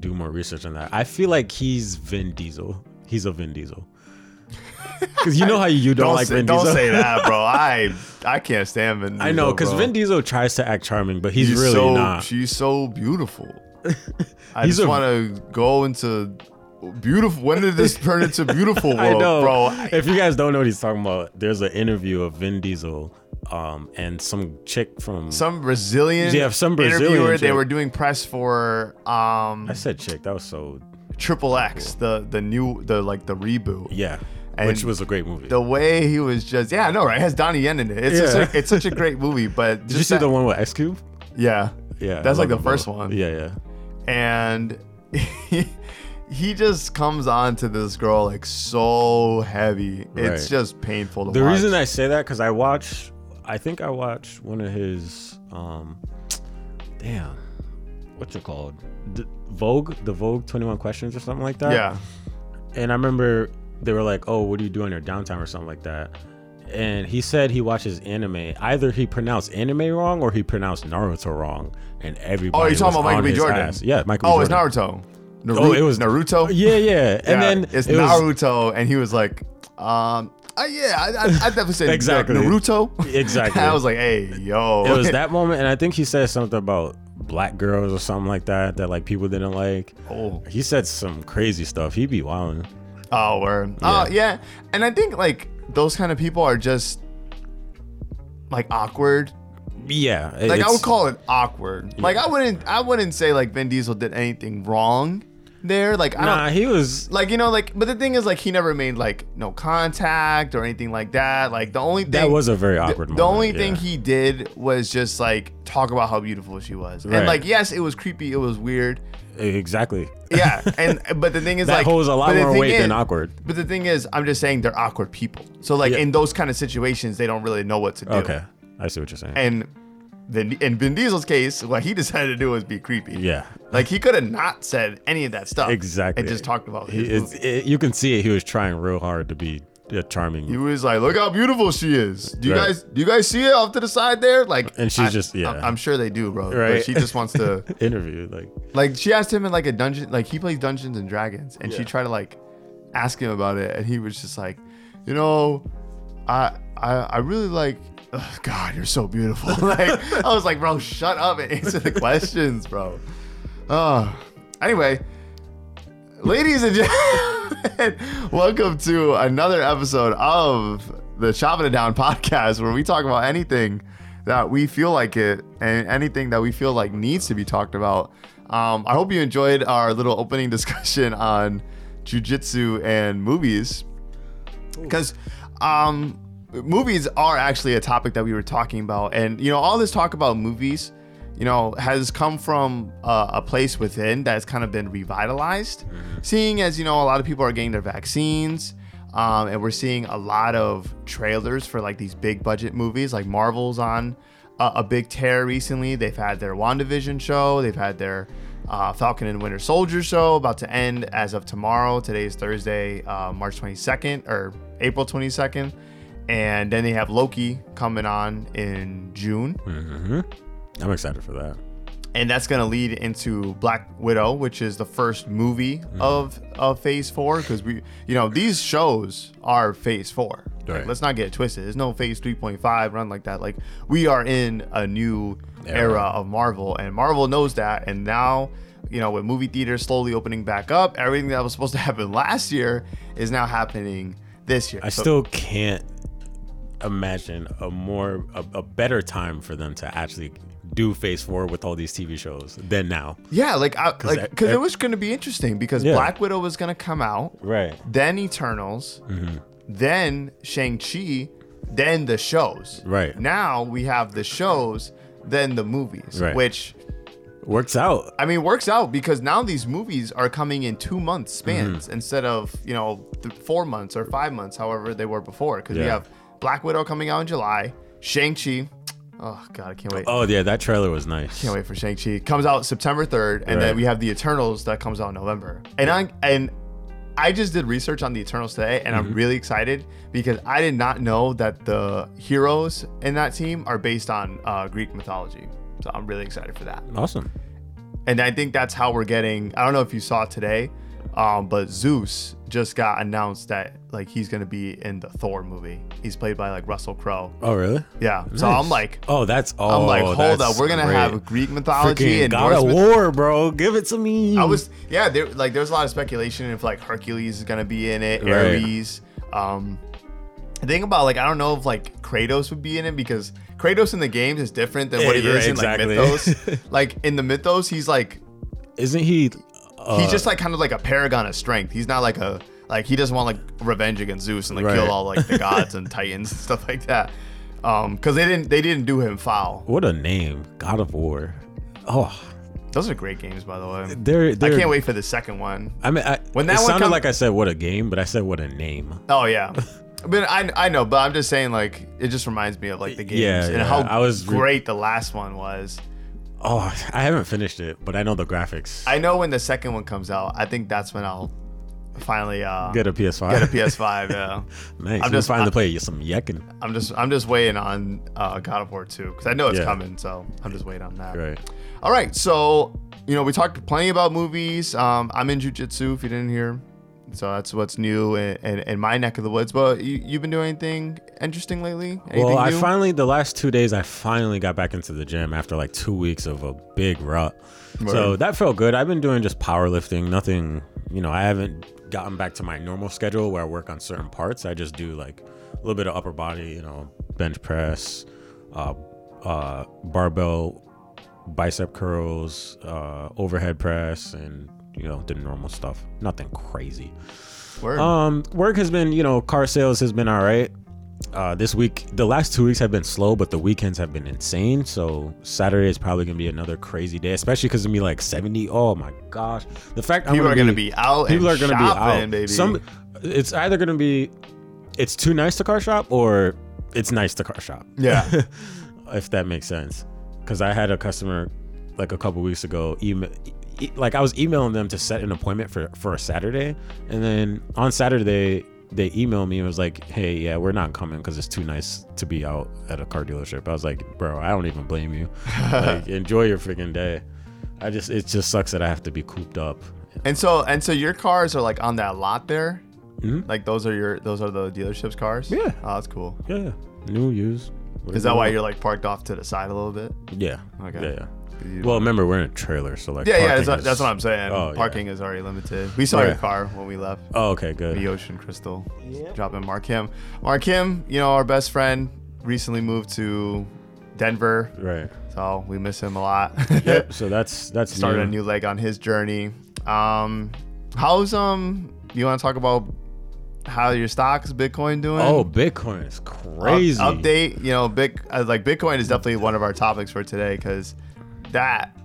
Speaker 3: do more research on that. I feel like he's Vin Diesel. He's a Vin
Speaker 2: [LAUGHS]
Speaker 3: Diesel. Because you know how you don't,
Speaker 2: Don't,
Speaker 3: like
Speaker 2: say,
Speaker 3: Vin
Speaker 2: don't
Speaker 3: Diesel.
Speaker 2: say that,
Speaker 3: [LAUGHS]
Speaker 2: bro. I I can't stand Vin. Diesel,
Speaker 3: I know, because
Speaker 2: bro.
Speaker 3: Vin Diesel tries to act charming, but he's,
Speaker 2: She's
Speaker 3: really
Speaker 2: so,
Speaker 3: not.
Speaker 2: She's so
Speaker 3: [LAUGHS]
Speaker 2: beautiful. I
Speaker 3: He's
Speaker 2: just
Speaker 3: a-
Speaker 2: want to go into beautiful. When did this turn into beautiful world,
Speaker 3: [LAUGHS] I know,
Speaker 2: bro?
Speaker 3: If you guys don't know what he's talking about, there's an interview of Vin Diesel, um, and some chick from
Speaker 2: Some Brazilian,
Speaker 3: Yeah, some
Speaker 2: interviewer.
Speaker 3: Brazilian
Speaker 2: They
Speaker 3: chick.
Speaker 2: were doing press for um
Speaker 3: I said chick. That was so
Speaker 2: Triple X, the the new the like the reboot.
Speaker 3: yeah,
Speaker 2: And
Speaker 3: which was a great movie.
Speaker 2: The way he was just yeah, I know, right? It has Donnie Yen in it. It's
Speaker 3: Yeah.
Speaker 2: such a, it's such a great movie, but
Speaker 3: [LAUGHS] Did you see the one with X Cube?
Speaker 2: yeah
Speaker 3: Yeah, I
Speaker 2: that's like
Speaker 3: love
Speaker 2: the
Speaker 3: them
Speaker 2: first
Speaker 3: both.
Speaker 2: one.
Speaker 3: Yeah, yeah.
Speaker 2: and [LAUGHS] he, he just comes on to this girl like so heavy. It's
Speaker 3: Right.
Speaker 2: just painful to
Speaker 3: The
Speaker 2: watch.
Speaker 3: reason I say that because I watch, I think I watched one of his, um, damn, what's it called? The Vogue, the Vogue Twenty One Questions or something like that.
Speaker 2: yeah,
Speaker 3: And I remember they were like, "Oh, what do you do on your downtime or something like that?" And he said he watches anime. Either he pronounced anime wrong or he pronounced Naruto wrong, and everybody.
Speaker 2: Oh, you're talking
Speaker 3: was
Speaker 2: about Michael
Speaker 3: on
Speaker 2: B.
Speaker 3: his
Speaker 2: Jordan?
Speaker 3: ass. Yeah, Michael. B.
Speaker 2: Oh, it's
Speaker 3: Jordan.
Speaker 2: Naruto. Naruto.
Speaker 3: Oh, it was-
Speaker 2: Naruto.
Speaker 3: Yeah, yeah. And
Speaker 2: Yeah,
Speaker 3: then
Speaker 2: it's
Speaker 3: it was-
Speaker 2: Naruto, and he was like, um, uh, yeah, I, I, I definitely said
Speaker 3: [LAUGHS] Exactly.
Speaker 2: Naruto. [LAUGHS]
Speaker 3: Exactly.
Speaker 2: I was like, hey, yo,
Speaker 3: it was that moment, and I think he said something about black girls or something like that that like people didn't like.
Speaker 2: Oh.
Speaker 3: He said some crazy stuff. He be wilding.
Speaker 2: [LAUGHS] Oh, word. Oh, yeah. And I think like those kind of people are just like awkward.
Speaker 3: Yeah,
Speaker 2: Like I
Speaker 3: it's-
Speaker 2: would call it awkward. Like I wouldn't I wouldn't say like Vin Diesel did anything wrong there. Like I
Speaker 3: Nah,
Speaker 2: don't
Speaker 3: he was.
Speaker 2: like you know like but the thing is like he never made like no contact or anything like that. Like the only thing
Speaker 3: That was a very awkward.
Speaker 2: the
Speaker 3: moment,
Speaker 2: only
Speaker 3: yeah.
Speaker 2: thing he did was just like talk about how beautiful she was.
Speaker 3: Right.
Speaker 2: And like yes, it was creepy, it was weird.
Speaker 3: exactly.
Speaker 2: Yeah. And but the thing is
Speaker 3: That
Speaker 2: like
Speaker 3: holds a lot
Speaker 2: but the
Speaker 3: more
Speaker 2: thing
Speaker 3: weight
Speaker 2: is-
Speaker 3: than awkward.
Speaker 2: but the thing is, I'm just saying they're awkward people. So like
Speaker 3: Yeah.
Speaker 2: in those kind of situations, they don't really know what to do.
Speaker 3: Okay, I see what you're saying.
Speaker 2: And then in Vin Diesel's case, what he decided to do was be creepy.
Speaker 3: Yeah.
Speaker 2: Like he could have not said any of that stuff.
Speaker 3: Exactly.
Speaker 2: And just talked about
Speaker 3: He-
Speaker 2: his
Speaker 3: it's-
Speaker 2: movie.
Speaker 3: it- you can see it. He was trying real hard to be a charming.
Speaker 2: He was like, "Look how beautiful she is. Do you
Speaker 3: Right.
Speaker 2: guys do you guys see it off to the side there?" Like,
Speaker 3: And she's
Speaker 2: I-
Speaker 3: just- yeah.
Speaker 2: I, am sure they do, bro. But
Speaker 3: Right.
Speaker 2: she just wants
Speaker 3: [LAUGHS]
Speaker 2: to
Speaker 3: [LAUGHS] interview like
Speaker 2: like she asked him in like a dungeon like he plays dungeons and dragons and she tried to like ask him about it and he was just like you know i i, I really like oh god you're so beautiful [LAUGHS] like i was like bro shut up and answer the questions bro oh anyway ladies and gentlemen [LAUGHS] welcome to another episode of the chopping it down podcast where we talk about anything that we feel like it and anything that we feel like needs to be talked about um, i hope you enjoyed our little opening discussion on jujitsu and movies because um, movies are actually a topic that we were talking about, and you know, all this talk about movies, you know, has come from uh, a place within that's kind of been revitalized. Seeing as you know, a lot of people are getting their vaccines. Um, and we're seeing a lot of trailers for like these big budget movies, like Marvel's on a, a big tear recently. They've had their WandaVision show, they've had their uh, Falcon and Winter Soldier show about to end as of tomorrow. Today is Thursday, uh, March 22nd or April 22nd. And then they have Loki coming on in June.
Speaker 3: I'm excited for that.
Speaker 2: And that's going to lead into Black Widow, which is the first movie
Speaker 3: Mm-hmm.
Speaker 2: of, of Phase 4. Because we, you know, these shows are Phase 4. Like,
Speaker 3: Right.
Speaker 2: let's not get it twisted. There's no Phase 3.5 run like that. Like, we are in a new
Speaker 3: Era.
Speaker 2: era of Marvel, and Marvel knows that. And now, you know, with movie theaters slowly opening back up, everything that was supposed to [LAUGHS] happen last year is now happening this year.
Speaker 3: I
Speaker 2: So-
Speaker 3: still can't imagine a more a, a better time for them to actually do Phase Four with all these TV shows than now.
Speaker 2: yeah, like, I, like,
Speaker 3: that-
Speaker 2: because
Speaker 3: that-
Speaker 2: it was going to be interesting because
Speaker 3: Yeah.
Speaker 2: Black Widow was going to come out,
Speaker 3: Right.
Speaker 2: then Eternals,
Speaker 3: Mm-hmm.
Speaker 2: then Shang Chi, then the shows.
Speaker 3: Right.
Speaker 2: now we have the shows, then the movies,
Speaker 3: Right.
Speaker 2: which.
Speaker 3: Works out.
Speaker 2: I mean, works out because now these movies are coming in two month spans
Speaker 3: Mm-hmm.
Speaker 2: instead of you know th- four months or five months, however they were before. Because we
Speaker 3: Yeah.
Speaker 2: have Black Widow coming out in July, Shang Chi. Oh god, I can't wait!
Speaker 3: Oh yeah, that trailer was nice.
Speaker 2: Can't wait for Shang Chi. Comes out September third, and then
Speaker 3: Right.
Speaker 2: we have the Eternals that comes out in November. And I and I just did research on the Eternals today, and
Speaker 3: Mm-hmm.
Speaker 2: I'm really excited because I did not know that the heroes in that team are based on uh, Greek mythology. So I'm really excited for that.
Speaker 3: Awesome.
Speaker 2: And I think that's how we're getting. I don't know if you saw today, um, but Zeus just got announced that like he's gonna be in the Thor movie. He's played by like Russell Crowe.
Speaker 3: Oh, really?
Speaker 2: Yeah. So I'm like,
Speaker 3: oh, that's all.
Speaker 2: I'm like, hold up, we're gonna have Greek mythology
Speaker 3: freaking
Speaker 2: and
Speaker 3: God
Speaker 2: Norse
Speaker 3: of
Speaker 2: myth-
Speaker 3: War, bro. Give it to me.
Speaker 2: I was yeah, there like there's a lot of speculation if like Hercules is gonna be in it,
Speaker 3: Right.
Speaker 2: Ares. Um the thing about like I don't know if like Kratos would be in it because Kratos in the games is different than what he
Speaker 3: Yeah,
Speaker 2: is
Speaker 3: right,
Speaker 2: in like
Speaker 3: exactly. [LAUGHS]
Speaker 2: Mythos. like in the Mythos, he's like
Speaker 3: Isn't he? Uh,
Speaker 2: he's just like kind of like a paragon of strength. He's not like a like he doesn't want like revenge against Zeus and like
Speaker 3: Right.
Speaker 2: kill all like the gods
Speaker 3: [LAUGHS]
Speaker 2: and titans and stuff like that. Um, because they didn't they didn't do him foul.
Speaker 3: what a name, God of War. Oh,
Speaker 2: Those are great games, by the way.
Speaker 3: they're.
Speaker 2: I
Speaker 3: they're
Speaker 2: can't wait for the second one.
Speaker 3: I mean, I,
Speaker 2: When
Speaker 3: when
Speaker 2: that
Speaker 3: that it
Speaker 2: one
Speaker 3: sounded
Speaker 2: come-
Speaker 3: like I said what a game, but I said what a name.
Speaker 2: Oh yeah, but I I know, but I'm just saying like it just reminds me of like the games
Speaker 3: Yeah,
Speaker 2: and
Speaker 3: yeah,
Speaker 2: how
Speaker 3: I was re-
Speaker 2: great the last one was.
Speaker 3: Oh, I haven't finished it, but I know the graphics.
Speaker 2: I know when the second one comes out, I think that's when I'll finally uh,
Speaker 3: get a PS5. [LAUGHS]
Speaker 2: get a PS5. yeah,
Speaker 3: nice.
Speaker 2: I'm
Speaker 3: I'm
Speaker 2: just-
Speaker 3: just finally
Speaker 2: I-
Speaker 3: to play some yakking.
Speaker 2: I'm just I'm just waiting on uh, God of War 2 because I know it's
Speaker 3: Yeah.
Speaker 2: coming, so I'm just waiting on that.
Speaker 3: Right.
Speaker 2: All right, so you know we talked plenty about movies. Um, I'm in jujitsu, if you didn't hear, so that's what's new in, in, in my neck of the woods. But you, you've been doing anything interesting lately? Anything
Speaker 3: well, I
Speaker 2: new?
Speaker 3: finally the last two days I finally got back into the gym after like two weeks of a big rut. So
Speaker 2: Word.
Speaker 3: that felt good. I've been doing just powerlifting, nothing. You know, I haven't gotten back to my normal schedule where I work on certain parts. I just do like a little bit of upper body, you know, bench press, uh, uh, barbell, bicep curls, uh, overhead press, and you know the normal stuff. Nothing crazy.
Speaker 2: Word.
Speaker 3: Um, work has been, you know, car sales has been all right. Uh, this week, the last two weeks have been slow, but the weekends have been insane. So Saturday is probably gonna be another crazy day, especially because it'll be like seventy. Oh my gosh, the fact I'm
Speaker 2: people
Speaker 3: gonna
Speaker 2: are going to be out.
Speaker 3: people
Speaker 2: and
Speaker 3: are gonna
Speaker 2: shopping,
Speaker 3: be out.
Speaker 2: baby.
Speaker 3: Some, it's either gonna be it's too nice to car shop or it's nice to car shop
Speaker 2: yeah,
Speaker 3: if that makes sense. Because I had a customer like a couple weeks ago email. e- Like I was emailing them to set an appointment for for a Saturday, and then on Saturday they emailed me and was like, "Hey, yeah, we're not coming because it's too nice to be out at a car dealership." I was like, "Bro, I don't even
Speaker 2: [LAUGHS]
Speaker 3: blame you. like, enjoy your freaking day. I just it just sucks that I have to be cooped up."
Speaker 2: and so and so your cars are like on that lot there.
Speaker 3: Mhm.
Speaker 2: Like those are your those are the dealership's cars.
Speaker 3: Yeah.
Speaker 2: oh, that's cool.
Speaker 3: Yeah, new use.
Speaker 2: Is that why you're like parked off to the side a little bit?
Speaker 3: Yeah.
Speaker 2: Okay.
Speaker 3: Okay. Yeah.
Speaker 2: 'Cause you-
Speaker 3: Well, remember we're in a trailer, so like
Speaker 2: yeah, yeah, that's,
Speaker 3: parking
Speaker 2: that's
Speaker 3: is-
Speaker 2: what I'm saying.
Speaker 3: Oh, yeah.
Speaker 2: Parking is already limited. We saw your
Speaker 3: Yeah.
Speaker 2: car when we left.
Speaker 3: Oh, okay, good.
Speaker 2: The Ocean Crystal. Dropping Mark Kim. Mark Kim, you know, our best friend, recently moved to Denver.
Speaker 3: Right.
Speaker 2: So we miss him a lot. [LAUGHS]
Speaker 3: Yep. So that's that's
Speaker 2: Started a new leg on his journey. Um, how's um you want to talk about how your stocks Bitcoin doing?
Speaker 3: Oh, Bitcoin is
Speaker 2: Up-
Speaker 3: crazy.
Speaker 2: update, you know, big uh, like Bitcoin is definitely one of our topics for today cuz that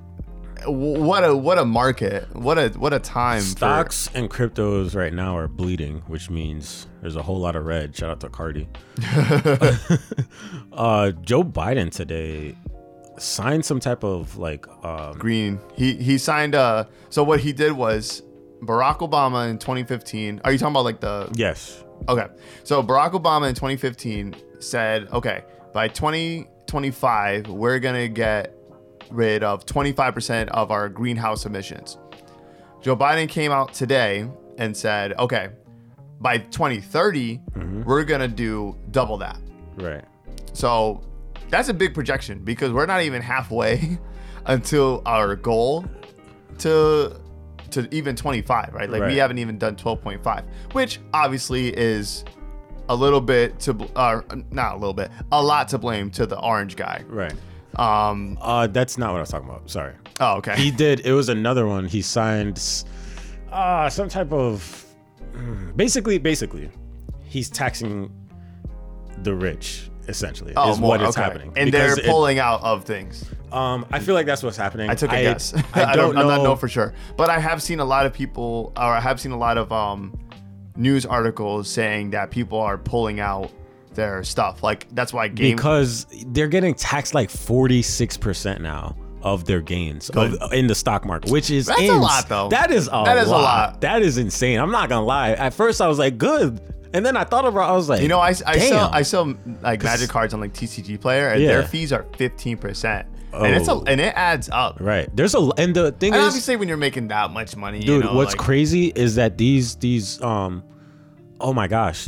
Speaker 2: w- what a what a market. What a what a time for-
Speaker 3: Stocks and cryptos right now are bleeding, which means there's a whole lot of red. Shout out
Speaker 2: [LAUGHS]
Speaker 3: to Cardi. uh, Joe Biden today signed some type of like um,
Speaker 2: Green. He he signed uh so what he did was Barack Obama in 2015. Are you talking about like the
Speaker 3: yes,
Speaker 2: Okay. So Barack Obama in 2015 said, "Okay, by 2025, we're going to get rid of 25% of our greenhouse emissions." Joe Biden came out today and said, "Okay, by 2030, we're going to do double that."
Speaker 3: right,
Speaker 2: So that's a big projection because we're not even halfway [LAUGHS] until our goal to to even 25, right? Like we
Speaker 3: Right.
Speaker 2: haven't even done 12.5, which obviously is a little bit to bl- uh, not a little bit, a lot to blame to the orange guy.
Speaker 3: right.
Speaker 2: Um
Speaker 3: Uh, that's not what I was talking about. Sorry.
Speaker 2: oh okay.
Speaker 3: He did. It was another one. He signed s- uh, some type of mm, basically, basically, he's taxing the rich. Essentially,
Speaker 2: oh,
Speaker 3: is
Speaker 2: more,
Speaker 3: what is
Speaker 2: okay.
Speaker 3: happening.
Speaker 2: And
Speaker 3: Because
Speaker 2: they're
Speaker 3: it-
Speaker 2: pulling out of things.
Speaker 3: Um, I feel like that's what's happening.
Speaker 2: I took a guess.
Speaker 3: [LAUGHS] I,
Speaker 2: [LAUGHS] I
Speaker 3: don't know.
Speaker 2: I'm not know for sure, but I have seen a lot of people, or I have seen a lot of um, news articles saying that people are pulling out their stuff. Like that's why game.
Speaker 3: because they're getting taxed like forty six percent now of their gains of, in the stock market, which is
Speaker 2: That's a
Speaker 3: ins-
Speaker 2: lot, though.
Speaker 3: That is a
Speaker 2: That is a
Speaker 3: lot.
Speaker 2: lot.
Speaker 3: That is insane. I'm not gonna lie. At first, I was like, good, and then I thought about. I was like,
Speaker 2: you know, I, I sell
Speaker 3: damn.
Speaker 2: I sell like magic cards on like TCG Player, and their
Speaker 3: Yeah.
Speaker 2: fees are fifteen percent. and it's a
Speaker 3: Oh.
Speaker 2: and it adds up.
Speaker 3: Right. There's a and the thing
Speaker 2: And
Speaker 3: is,
Speaker 2: obviously, when you're making that much money,
Speaker 3: dude,
Speaker 2: you know,
Speaker 3: what's
Speaker 2: like,
Speaker 3: crazy is that these these um, oh my gosh,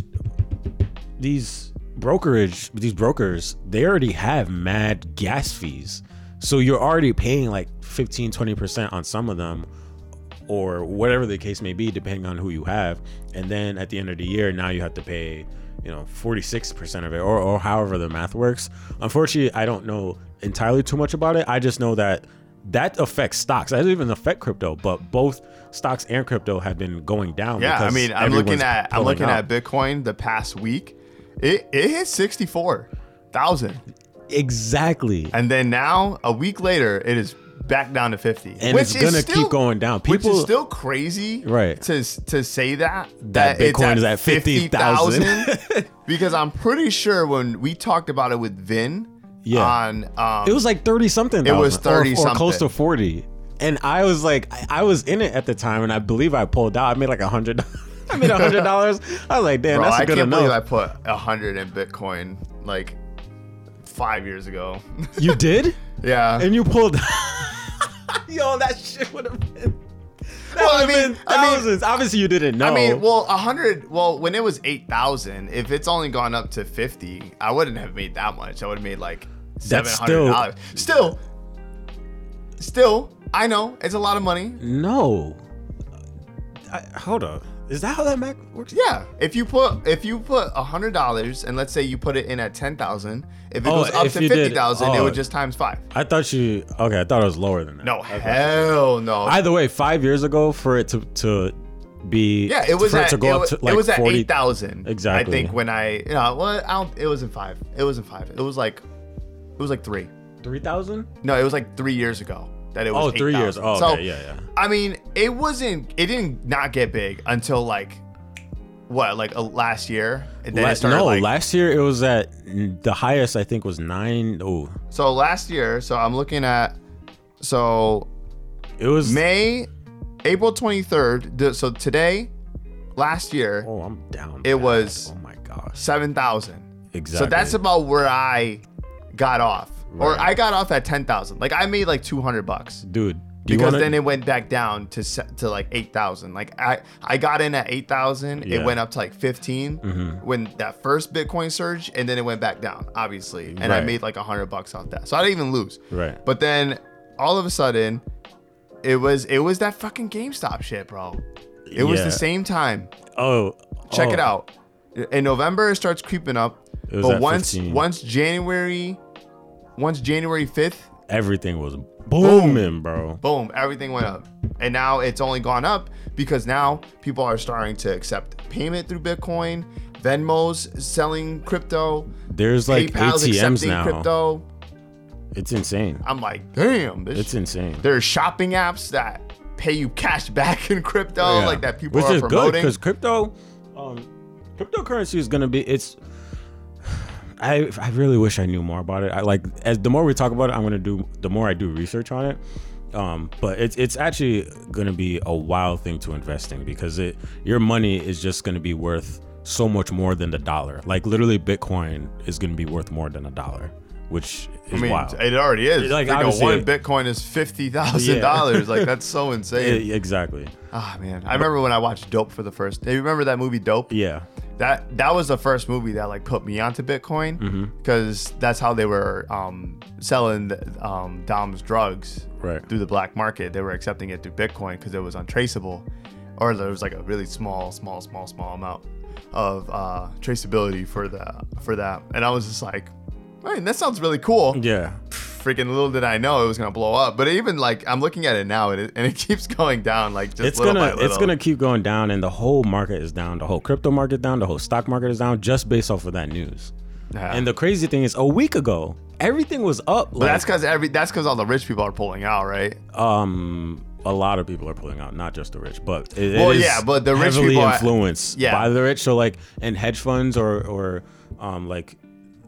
Speaker 3: these brokerage these brokers they already have mad gas fees, so you're already paying like 15 20 percent on some of them, or whatever the case may be, depending on who you have, and then at the end of the year now you have to pay. You know, forty-six percent of it, or, or however the math works. Unfortunately, I don't know entirely too much about it. I just know that that affects stocks. That doesn't even affect crypto, but both stocks and crypto have been going down.
Speaker 2: Yeah, I
Speaker 3: because
Speaker 2: mean, I'm looking
Speaker 3: everyone's
Speaker 2: at I'm
Speaker 3: pulling
Speaker 2: looking
Speaker 3: out.
Speaker 2: at Bitcoin the past week. It it hit sixty four thousand,
Speaker 3: exactly,
Speaker 2: and then now a week later, it is back down to fifty,
Speaker 3: and it's
Speaker 2: is
Speaker 3: gonna
Speaker 2: still-
Speaker 3: keep going down. People,
Speaker 2: which is still crazy,
Speaker 3: Right.
Speaker 2: To to say that
Speaker 3: That Bitcoin is at 50,000.
Speaker 2: 50,000,
Speaker 3: [LAUGHS]
Speaker 2: because I'm pretty sure when we talked about it with Vin,
Speaker 3: Yeah.
Speaker 2: on um,
Speaker 3: it was like thirty something.
Speaker 2: It was
Speaker 3: thousand, or-
Speaker 2: 30
Speaker 3: or, close
Speaker 2: something.
Speaker 3: to forty. And I was like, I, I was in it at the time, and I believe I pulled out. I made like a hundred. [LAUGHS] I made a hundred dollars. I was like, damn,
Speaker 2: bro,
Speaker 3: that's
Speaker 2: I
Speaker 3: a good
Speaker 2: can't
Speaker 3: enough.
Speaker 2: believe I put a hundred in Bitcoin like five years ago. [LAUGHS]
Speaker 3: you did,
Speaker 2: yeah,
Speaker 3: and you pulled. [LAUGHS] Yo, that shit would have been. That
Speaker 2: Well, I
Speaker 3: would have
Speaker 2: mean-
Speaker 3: been
Speaker 2: I mean-
Speaker 3: thousands. Obviously, you didn't know.
Speaker 2: I mean, well, a hundred. Well, when it was eight thousand, if it's only gone up to fifty, I wouldn't have made that much. I would have made like seven
Speaker 3: That's
Speaker 2: hundred dollars. Still, still, I know it's a lot of money.
Speaker 3: No. I, hold up. Is that how that Mac works?
Speaker 2: Yeah, if you put if you put a hundred dollars and let's say you put it in at ten thousand, if it
Speaker 3: Oh,
Speaker 2: goes up
Speaker 3: if
Speaker 2: to
Speaker 3: you did-
Speaker 2: fifty thousand, it
Speaker 3: oh.
Speaker 2: would just times five.
Speaker 3: I thought you. Okay, I thought it was lower than that.
Speaker 2: No, hell no.
Speaker 3: Either way, five years ago, for it to to be
Speaker 2: yeah, it was
Speaker 3: for
Speaker 2: at
Speaker 3: to
Speaker 2: it,
Speaker 3: go up
Speaker 2: was,
Speaker 3: to like
Speaker 2: it was at
Speaker 3: 40
Speaker 2: eight thousand. I
Speaker 3: Exactly.
Speaker 2: think when I you know well I don't, it wasn't five. It wasn't five. It was like it was like three.
Speaker 3: 3,000?
Speaker 2: No, it was like three years ago that it was.
Speaker 3: Oh, three years.
Speaker 2: 8,000.
Speaker 3: Oh,
Speaker 2: so
Speaker 3: okay, yeah, yeah.
Speaker 2: I mean, it wasn't. It didn't not get big until like what like uh, last year. And then
Speaker 3: La-
Speaker 2: it started
Speaker 3: no,
Speaker 2: like
Speaker 3: last year it was at mm, the highest. I think was nine. Oh,
Speaker 2: so last year. So I'm looking at so
Speaker 3: it was.
Speaker 2: May, April 23rd. th- So today, last year,
Speaker 3: oh, I'm down.
Speaker 2: It
Speaker 3: bad.
Speaker 2: was-
Speaker 3: Oh my gosh.
Speaker 2: 7,000.
Speaker 3: Exactly.
Speaker 2: So that's about where I got off. Or
Speaker 3: Right.
Speaker 2: I got off at 10,000. Like I made like 200 bucks.
Speaker 3: dude. Do you
Speaker 2: Because
Speaker 3: wanna,
Speaker 2: then it went back down to se- to like 8,000. Like I I got in at 8,000.
Speaker 3: Yeah. Mm-hmm.
Speaker 2: It went up to like 15 when that first Bitcoin surge and then it went back down, obviously. And I
Speaker 3: Right.
Speaker 2: made like 100 bucks off that. So I didn't even lose.
Speaker 3: Right.
Speaker 2: But then all of a sudden it was it was that fucking GameStop shit, bro. It was
Speaker 3: Yeah.
Speaker 2: the same time.
Speaker 3: oh,
Speaker 2: Check
Speaker 3: oh,
Speaker 2: it out. In November, it starts creeping up.
Speaker 3: It was
Speaker 2: but
Speaker 3: at
Speaker 2: once
Speaker 3: 15.
Speaker 2: once January, once January fifth,
Speaker 3: Everything was booming, bro.
Speaker 2: boom, everything went up. And now it's only gone up because now people are starting to accept payment through Bitcoin, Venmo's selling crypto,
Speaker 3: There's like
Speaker 2: PayPal's
Speaker 3: ATMs
Speaker 2: accepting
Speaker 3: now.
Speaker 2: crypto.
Speaker 3: It's insane.
Speaker 2: I'm like, damn, this
Speaker 3: It's insane.
Speaker 2: there's shopping apps that pay you cash back in crypto,
Speaker 3: Yeah.
Speaker 2: like that people
Speaker 3: Which
Speaker 2: are
Speaker 3: is good
Speaker 2: promoting.
Speaker 3: because crypto, um, cryptocurrency is gonna be it's. [SIGHS] I, I really wish I knew more about it. I like as the more we talk about it, I'm gonna do the more I do research on it. Um, but it's it's actually gonna be a wild thing to invest in because it your money is just gonna be worth so much more than the dollar. Like literally, Bitcoin is gonna be worth more than a dollar, which
Speaker 2: I
Speaker 3: is
Speaker 2: mean,
Speaker 3: wild.
Speaker 2: it already is.
Speaker 3: Like,
Speaker 2: Like, like
Speaker 3: obviously-
Speaker 2: one Bitcoin is fifty thousand dollars.
Speaker 3: [LAUGHS]
Speaker 2: Like that's so insane.
Speaker 3: Yeah, E, exactly.
Speaker 2: Ah man, I remember when I watched Dope for the first. You remember that movie Dope?
Speaker 3: Yeah.
Speaker 2: That that was the first movie that like put me onto
Speaker 3: Mm-hmm.
Speaker 2: Bitcoin because that's how they were um, selling the, um, Dom's drugs
Speaker 3: Right.
Speaker 2: through the black market. They were accepting it through Bitcoin because it was untraceable, or there was like a really small, small, small, small amount of uh, traceability for the for that. And I was just like, man, that sounds really cool
Speaker 3: Yeah.
Speaker 2: freaking little did I know it was gonna blow up. But even like I'm looking at it now, and it, and it [LAUGHS] keeps going down like just
Speaker 3: it's
Speaker 2: little
Speaker 3: gonna
Speaker 2: by little.
Speaker 3: it's gonna keep going down and the whole market is down the whole crypto market down the whole stock market is down just based off of that news
Speaker 2: Yeah.
Speaker 3: and the crazy thing is a week ago everything was up
Speaker 2: but
Speaker 3: like,
Speaker 2: that's because every that's because all the rich people are pulling out, right?
Speaker 3: um a lot of people are pulling out not just the rich but it, it
Speaker 2: Well,
Speaker 3: is
Speaker 2: yeah, but the rich
Speaker 3: heavily
Speaker 2: people are-
Speaker 3: influenced
Speaker 2: yeah.
Speaker 3: by the rich so like and hedge funds or or um like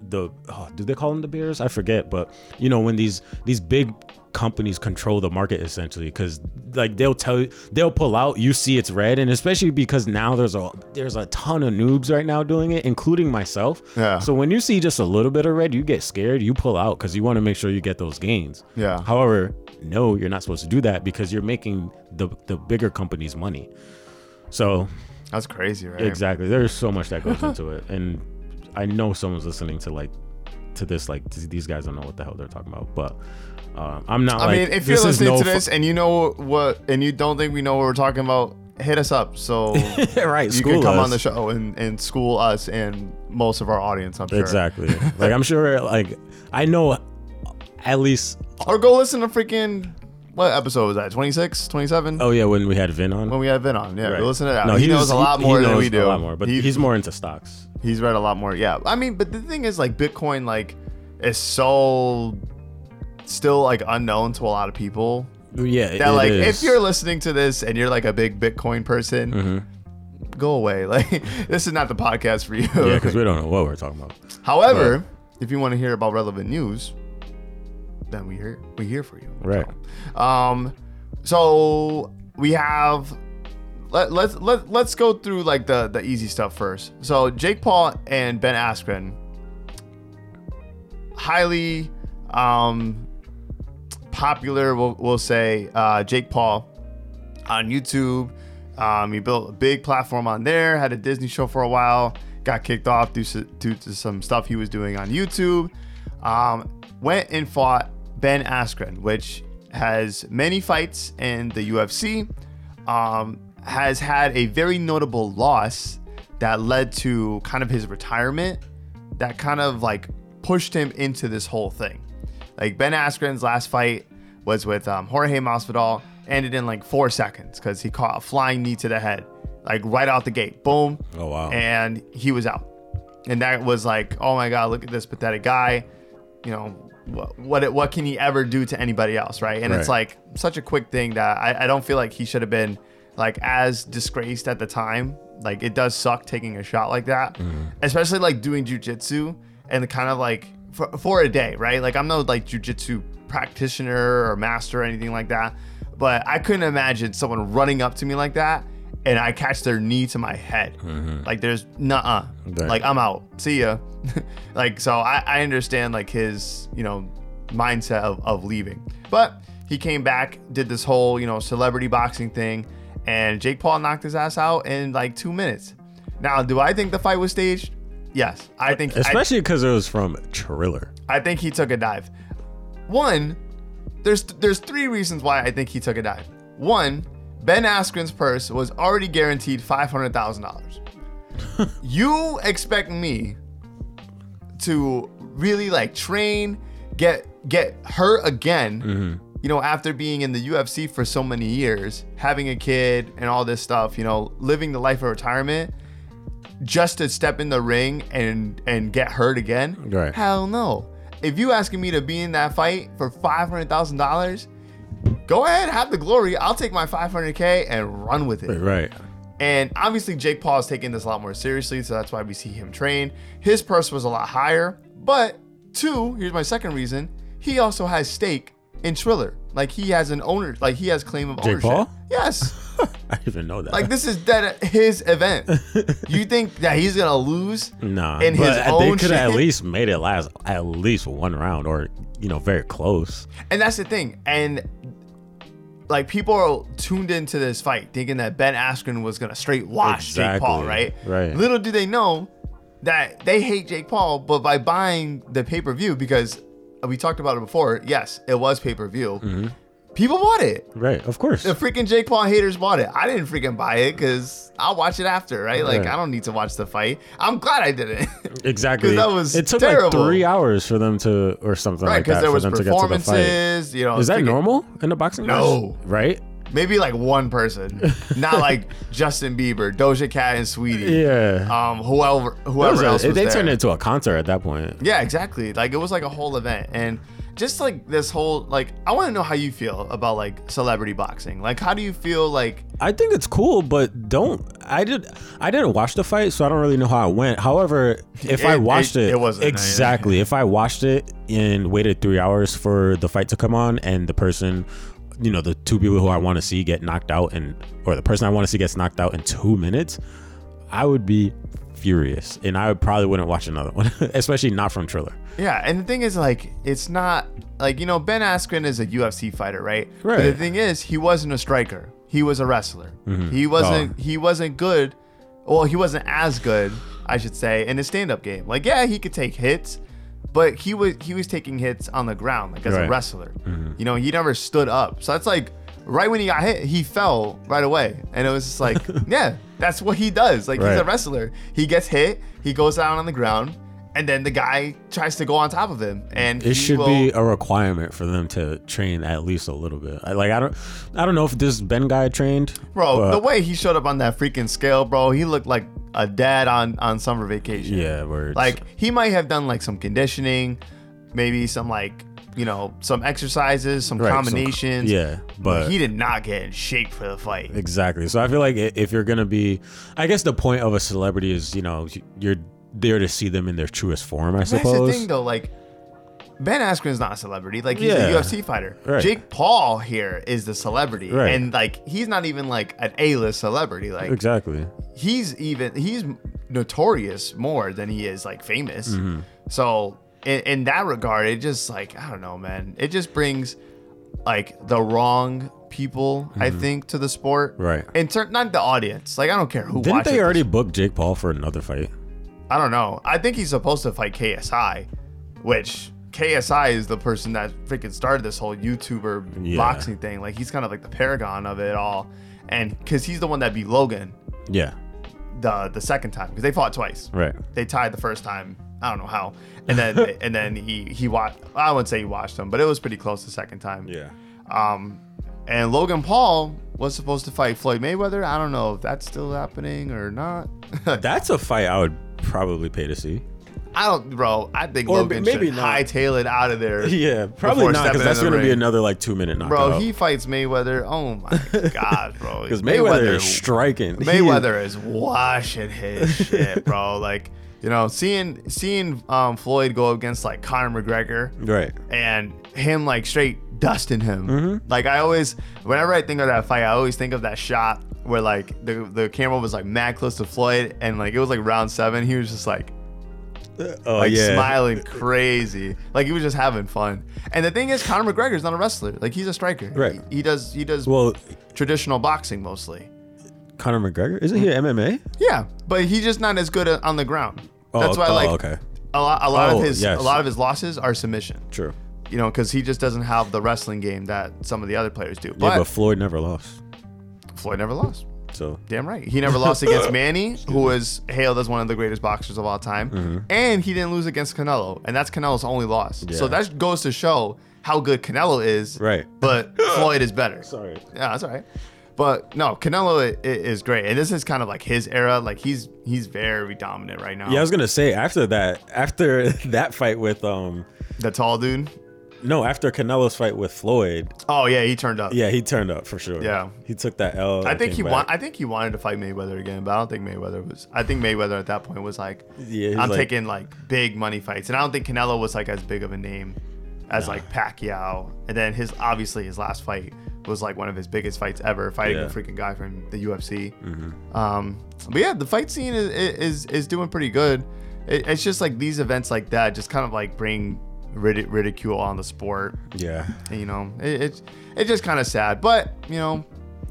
Speaker 3: the oh, do they call them the bears i forget but you know when these these big companies control the market essentially because like they'll tell you they'll pull out you see it's red and especially because now there's a there's a ton of noobs right now doing it including myself
Speaker 2: Yeah.
Speaker 3: so when you see just a little bit of red you get scared you pull out because you want to make sure you get those gains
Speaker 2: Yeah.
Speaker 3: however no you're not supposed to do that because you're making the the bigger companies money so
Speaker 2: That's crazy, right?
Speaker 3: Exactly. There's so much that goes into it, and I know someone's listening to like to this. Like th- these guys don't know what the hell they're talking about, but um, I'm not.
Speaker 2: I
Speaker 3: like,
Speaker 2: mean, if you're
Speaker 3: this is
Speaker 2: listening
Speaker 3: no
Speaker 2: to
Speaker 3: fu- [LAUGHS]
Speaker 2: this and you know what, and you don't think we know what we're talking about, hit us up.
Speaker 3: [LAUGHS]
Speaker 2: So
Speaker 3: right,
Speaker 2: you can
Speaker 3: school
Speaker 2: come
Speaker 3: us.
Speaker 2: on the show and, and school us and most of our audience. I'm sure.
Speaker 3: exactly. like I'm sure. Like I know at least.
Speaker 2: Or go listen to freaking what episode was that? 26, 27?
Speaker 3: Oh yeah, when we had Vin on.
Speaker 2: When we had Vin on, yeah,
Speaker 3: Right.
Speaker 2: go listen to that.
Speaker 3: No,
Speaker 2: he,
Speaker 3: he
Speaker 2: knows
Speaker 3: was-
Speaker 2: a lot
Speaker 3: he-
Speaker 2: more
Speaker 3: he
Speaker 2: than
Speaker 3: knows
Speaker 2: we do.
Speaker 3: A lot more, but
Speaker 2: He-
Speaker 3: he's more into stocks.
Speaker 2: He's read a lot more. Yeah. I mean, but the thing is, like, Bitcoin, like, is so still like unknown to a lot of people.
Speaker 3: Yeah,
Speaker 2: That
Speaker 3: it
Speaker 2: like, if
Speaker 3: is.
Speaker 2: you're listening to this and you're like a big Bitcoin person, go away. [LAUGHS] Like, this is not the podcast for you.
Speaker 3: Mm-hmm. yeah, because we don't know what we're talking about.
Speaker 2: [LAUGHS] However, if you want to hear about relevant news, then we here we here for you.
Speaker 3: Right.
Speaker 2: Um, so we have let let's let, let's go through like the the easy stuff first. So Jake Paul and Ben Askren, highly um, popular. We'll, we'll say uh, Jake Paul on YouTube. Um, he built a big platform on there. Had a Disney show for a while. Got kicked off due to, due to some stuff he was doing on YouTube. Um, went and fought Ben Askren, which has many fights in the UFC. Um, has had a very notable loss that led to kind of his retirement. That kind of like pushed him into this whole thing. Like Ben Askren's last fight was with um, Jorge Masvidal, ended in like four seconds because he caught a flying knee to the head, like right out the gate, boom.
Speaker 3: Oh, wow.
Speaker 2: And he was out, and that was like, oh my god, look at this pathetic guy. You know what? What, what can he ever do to anybody else, right? And it's
Speaker 3: Right.
Speaker 2: like such a quick thing that I, I don't feel like he should have been like as disgraced at the time. Like it does suck taking a shot like that,
Speaker 3: Mm-hmm.
Speaker 2: especially like doing jujitsu and kind of like for, for a day, right? Like I'm no like jujitsu practitioner or master or anything like that, but I couldn't imagine someone running up to me like that and I catch their knee to my head. Like there's nuh-uh.
Speaker 3: Mm-hmm. Right.
Speaker 2: Like I'm out. See ya. [LAUGHS] like so I, I understand like his, you know, mindset of, of leaving. But he came back, did this whole, you know, celebrity boxing thing, and Jake Paul knocked his ass out in like two minutes. Now, do I think the fight was staged? Yes. I think I,
Speaker 3: Especially because it was from Triller.
Speaker 2: I think he took a dive. One, there's there's three reasons why I think he took a dive. One, Ben Askren's purse was already guaranteed five hundred thousand dollars. you expect me to really like train, get get hurt again? You know, after being in the UFC for so many years, having a kid and all this stuff, you know, living the life of retirement, just to step in the ring and and get hurt again?
Speaker 3: Right.
Speaker 2: Hell no. If you asking me to be in that fight for five hundred thousand dollars, go ahead, have the glory. I'll take my five hundred k and run with it.
Speaker 3: Right.
Speaker 2: And obviously, Jake Paul is taking this a lot more seriously, so that's why we see him train. His purse was a lot higher, but two, here's my second reason: he also has stake in Triller. Like he has an owner, like he has claim of ownership.
Speaker 3: Paul?
Speaker 2: Yes.
Speaker 3: I didn't even know that.
Speaker 2: Like this is that his
Speaker 3: [LAUGHS]
Speaker 2: event. you think that he's gonna lose?
Speaker 3: Nah,
Speaker 2: in his
Speaker 3: but
Speaker 2: own
Speaker 3: they could at
Speaker 2: shit?
Speaker 3: least made it last at least one round or you know very close.
Speaker 2: And that's the thing. And like people are tuned into this fight thinking that Ben Askren was gonna straight wash Jake Paul,
Speaker 3: Exactly.
Speaker 2: right?
Speaker 3: Right.
Speaker 2: Little do they know that they hate Jake Paul, but by buying the pay per view, because we talked about it before, yes, it was pay per view.
Speaker 3: Mm-hmm.
Speaker 2: People bought it.
Speaker 3: Right, of course.
Speaker 2: The freaking Jake Paul haters bought it. I didn't freaking buy it because I'll watch it after, right? Like
Speaker 3: Right.
Speaker 2: I don't need to watch the fight. I'm glad I didn't. [LAUGHS] 'cause
Speaker 3: exactly.
Speaker 2: that was
Speaker 3: it took like
Speaker 2: terrible.
Speaker 3: three hours for them to or something
Speaker 2: right
Speaker 3: like
Speaker 2: because
Speaker 3: that
Speaker 2: there
Speaker 3: for
Speaker 2: was
Speaker 3: them to get to the fight.
Speaker 2: performances you know
Speaker 3: Is that
Speaker 2: freaking-
Speaker 3: normal in the boxing? match?
Speaker 2: No.
Speaker 3: right?
Speaker 2: maybe like one person
Speaker 3: [LAUGHS]
Speaker 2: not like justin bieber doja cat and sweetie
Speaker 3: Yeah.
Speaker 2: um whoever
Speaker 3: That
Speaker 2: whoever
Speaker 3: was a-
Speaker 2: else was
Speaker 3: they
Speaker 2: there.
Speaker 3: turned it into a concert at that point.
Speaker 2: yeah exactly like it was like a whole event and just like this whole like I want to know how you feel about like celebrity boxing. Like how do you feel like
Speaker 3: I think it's cool, but don't I did I didn't watch the fight, so I don't really know how it went. However, if I
Speaker 2: It-
Speaker 3: watched
Speaker 2: it-
Speaker 3: it,
Speaker 2: it wasn't, yeah.
Speaker 3: exactly. If I watched it and waited three hours for the fight to come on, and the person, you know, the two people who I want to see get knocked out, and or the person I want to see gets knocked out in two minutes, I would be furious, and I would probably wouldn't watch another one, [LAUGHS] especially not from Triller.
Speaker 2: Yeah, and the thing is, like, it's not like you know Ben Askren is a UFC fighter, right? But the
Speaker 3: Right. Mm-hmm.
Speaker 2: thing is, he wasn't a striker. He was a wrestler. He wasn't. He wasn't good. Well, he wasn't as good, I should say, in his stand-up game. Like, yeah, he could take hits, but he was he was taking hits on the ground, like as a
Speaker 3: Right.
Speaker 2: wrestler.
Speaker 3: Mm-hmm.
Speaker 2: You know, he never stood up. So that's like right when he got hit, he fell right away, and it was just
Speaker 3: [LAUGHS]
Speaker 2: like, yeah, that's what he does. Like he's a
Speaker 3: Right.
Speaker 2: wrestler. He gets hit, he goes down on the ground, and then the guy tries to go on top of him, and he
Speaker 3: It should
Speaker 2: will-
Speaker 3: be a requirement for them to train at least a little bit. I, like I don't, I don't know if this Ben guy trained,
Speaker 2: Bro,
Speaker 3: but-
Speaker 2: the way he showed up on that freaking scale, bro, he looked like a dad on on summer vacation.
Speaker 3: Yeah, where it's,
Speaker 2: Like he might have done like some conditioning, maybe some like you know some exercises, some
Speaker 3: Right, some co-
Speaker 2: combinations.
Speaker 3: yeah, but-
Speaker 2: he did not get in shape for the fight.
Speaker 3: exactly. So I feel like i- if you're gonna be, I guess the point of a celebrity is you know you're there to see them in their truest form. I
Speaker 2: That's
Speaker 3: suppose.
Speaker 2: the thing though, like Ben Askren's not a celebrity. Like he's
Speaker 3: Yeah.
Speaker 2: a UFC fighter.
Speaker 3: Right.
Speaker 2: Jake Paul here is the celebrity,
Speaker 3: Right.
Speaker 2: and like he's not even like an A-list celebrity. Like
Speaker 3: Exactly.
Speaker 2: he's even he's notorious more than he is like famous.
Speaker 3: Mm-hmm.
Speaker 2: So in, in that regard, it just like I don't know, man. It just brings like the wrong people, I think, to the sport.
Speaker 3: Mm-hmm. Right.
Speaker 2: In turn, not the audience. Like I don't care who.
Speaker 3: Didn't
Speaker 2: watches
Speaker 3: they
Speaker 2: this.
Speaker 3: already book Jake Paul for another fight?
Speaker 2: I don't know. I think he's supposed to fight KSI, which KSI is the person that freaking started this whole YouTuber
Speaker 3: Yeah.
Speaker 2: boxing thing. Like he's kind of like the paragon of it all, and because he's the one that beat Logan
Speaker 3: Yeah.
Speaker 2: the the second time because they fought twice.
Speaker 3: Right.
Speaker 2: They tied the first time. I don't know how, and then
Speaker 3: [LAUGHS]
Speaker 2: and then he he watched. I wouldn't say he watched him, but it was pretty close the second time. Um, and Logan Paul was supposed to fight Floyd Mayweather. I don't know if that's still happening or not. [LAUGHS]
Speaker 3: That's a fight I would probably pay to see.
Speaker 2: I don't, bro. I think
Speaker 3: Or
Speaker 2: Logan
Speaker 3: maybe
Speaker 2: should
Speaker 3: not.
Speaker 2: hightail it out of there.
Speaker 3: [LAUGHS] [LAUGHS] Yeah, probably
Speaker 2: Before
Speaker 3: not
Speaker 2: stepping
Speaker 3: because
Speaker 2: in
Speaker 3: that's
Speaker 2: the
Speaker 3: gonna be
Speaker 2: ring.
Speaker 3: another like two minute knockout.
Speaker 2: Bro, he fights Mayweather. Oh
Speaker 3: [LAUGHS]
Speaker 2: my god, bro.
Speaker 3: because Mayweather, is striking. [LAUGHS] He is-
Speaker 2: Mayweather is washing his shit, bro. Like you know, seeing seeing um, Floyd go against like Conor McGregor
Speaker 3: Right.
Speaker 2: and him like straight dusting him.
Speaker 3: Mm-hmm.
Speaker 2: Like I always, whenever I think of that fight, I always think of that shot where like the the camera was like mad close to Floyd and like it was like round seven. He was just like
Speaker 3: Oh
Speaker 2: like
Speaker 3: yeah.
Speaker 2: smiling crazy, like he was just having fun. And the thing is, Conor McGregor's not a wrestler. Like he's a striker.
Speaker 3: Right.
Speaker 2: He, he does he does
Speaker 3: Well,
Speaker 2: traditional boxing mostly.
Speaker 3: Conor McGregor isn't he MMA?
Speaker 2: Yeah, but he's just not as good a- on the ground.
Speaker 3: Oh,
Speaker 2: That's why
Speaker 3: oh,
Speaker 2: like
Speaker 3: okay,
Speaker 2: a lot, a lot
Speaker 3: Oh,
Speaker 2: of his
Speaker 3: yes.
Speaker 2: a lot of his losses are submission.
Speaker 3: true.
Speaker 2: You know, because he just doesn't have the wrestling game that some of the other players do.
Speaker 3: yeah, but
Speaker 2: But,
Speaker 3: Floyd never lost,
Speaker 2: Floyd never lost.
Speaker 3: so
Speaker 2: Damn right. He never lost
Speaker 3: [LAUGHS]
Speaker 2: against Manny, who was hailed as one of the greatest boxers of all time.
Speaker 3: Mm-hmm.
Speaker 2: And he didn't lose against Canelo. And that's Canelo's only loss. So
Speaker 3: Yeah.
Speaker 2: that goes to show how good Canelo is.
Speaker 3: Right. [LAUGHS]
Speaker 2: But Floyd is better.
Speaker 3: Sorry.
Speaker 2: Yeah, that's all right. But no, Canelo i- i- is great. And this is kind of like his era. Like he's he's very dominant right now.
Speaker 3: Yeah, I was gonna say after that, after [LAUGHS] that fight with um,
Speaker 2: The tall dude.
Speaker 3: no, after Canelo's fight with Floyd,
Speaker 2: Oh yeah, he turned up.
Speaker 3: yeah, he turned up for sure.
Speaker 2: Yeah.
Speaker 3: he took that L.
Speaker 2: I
Speaker 3: and
Speaker 2: think
Speaker 3: came
Speaker 2: he
Speaker 3: back.
Speaker 2: want. I think he wanted to fight Mayweather again, but I don't think Mayweather was. I think Mayweather at that point was like,
Speaker 3: Yeah, he's
Speaker 2: I'm
Speaker 3: like-
Speaker 2: taking like big money fights, and I don't think Canelo was like as big of a name as like Pacquiao. And then his obviously his last fight was like one of his biggest fights ever, fighting
Speaker 3: Yeah. Mm-hmm.
Speaker 2: a freaking guy from the UFC. Um, but yeah, the fight scene is is, is doing pretty good. It, it's just like these events like that just kind of like bring rid- ridicule on the sport
Speaker 3: Yeah,
Speaker 2: you know it, it's it's just kind of sad but you know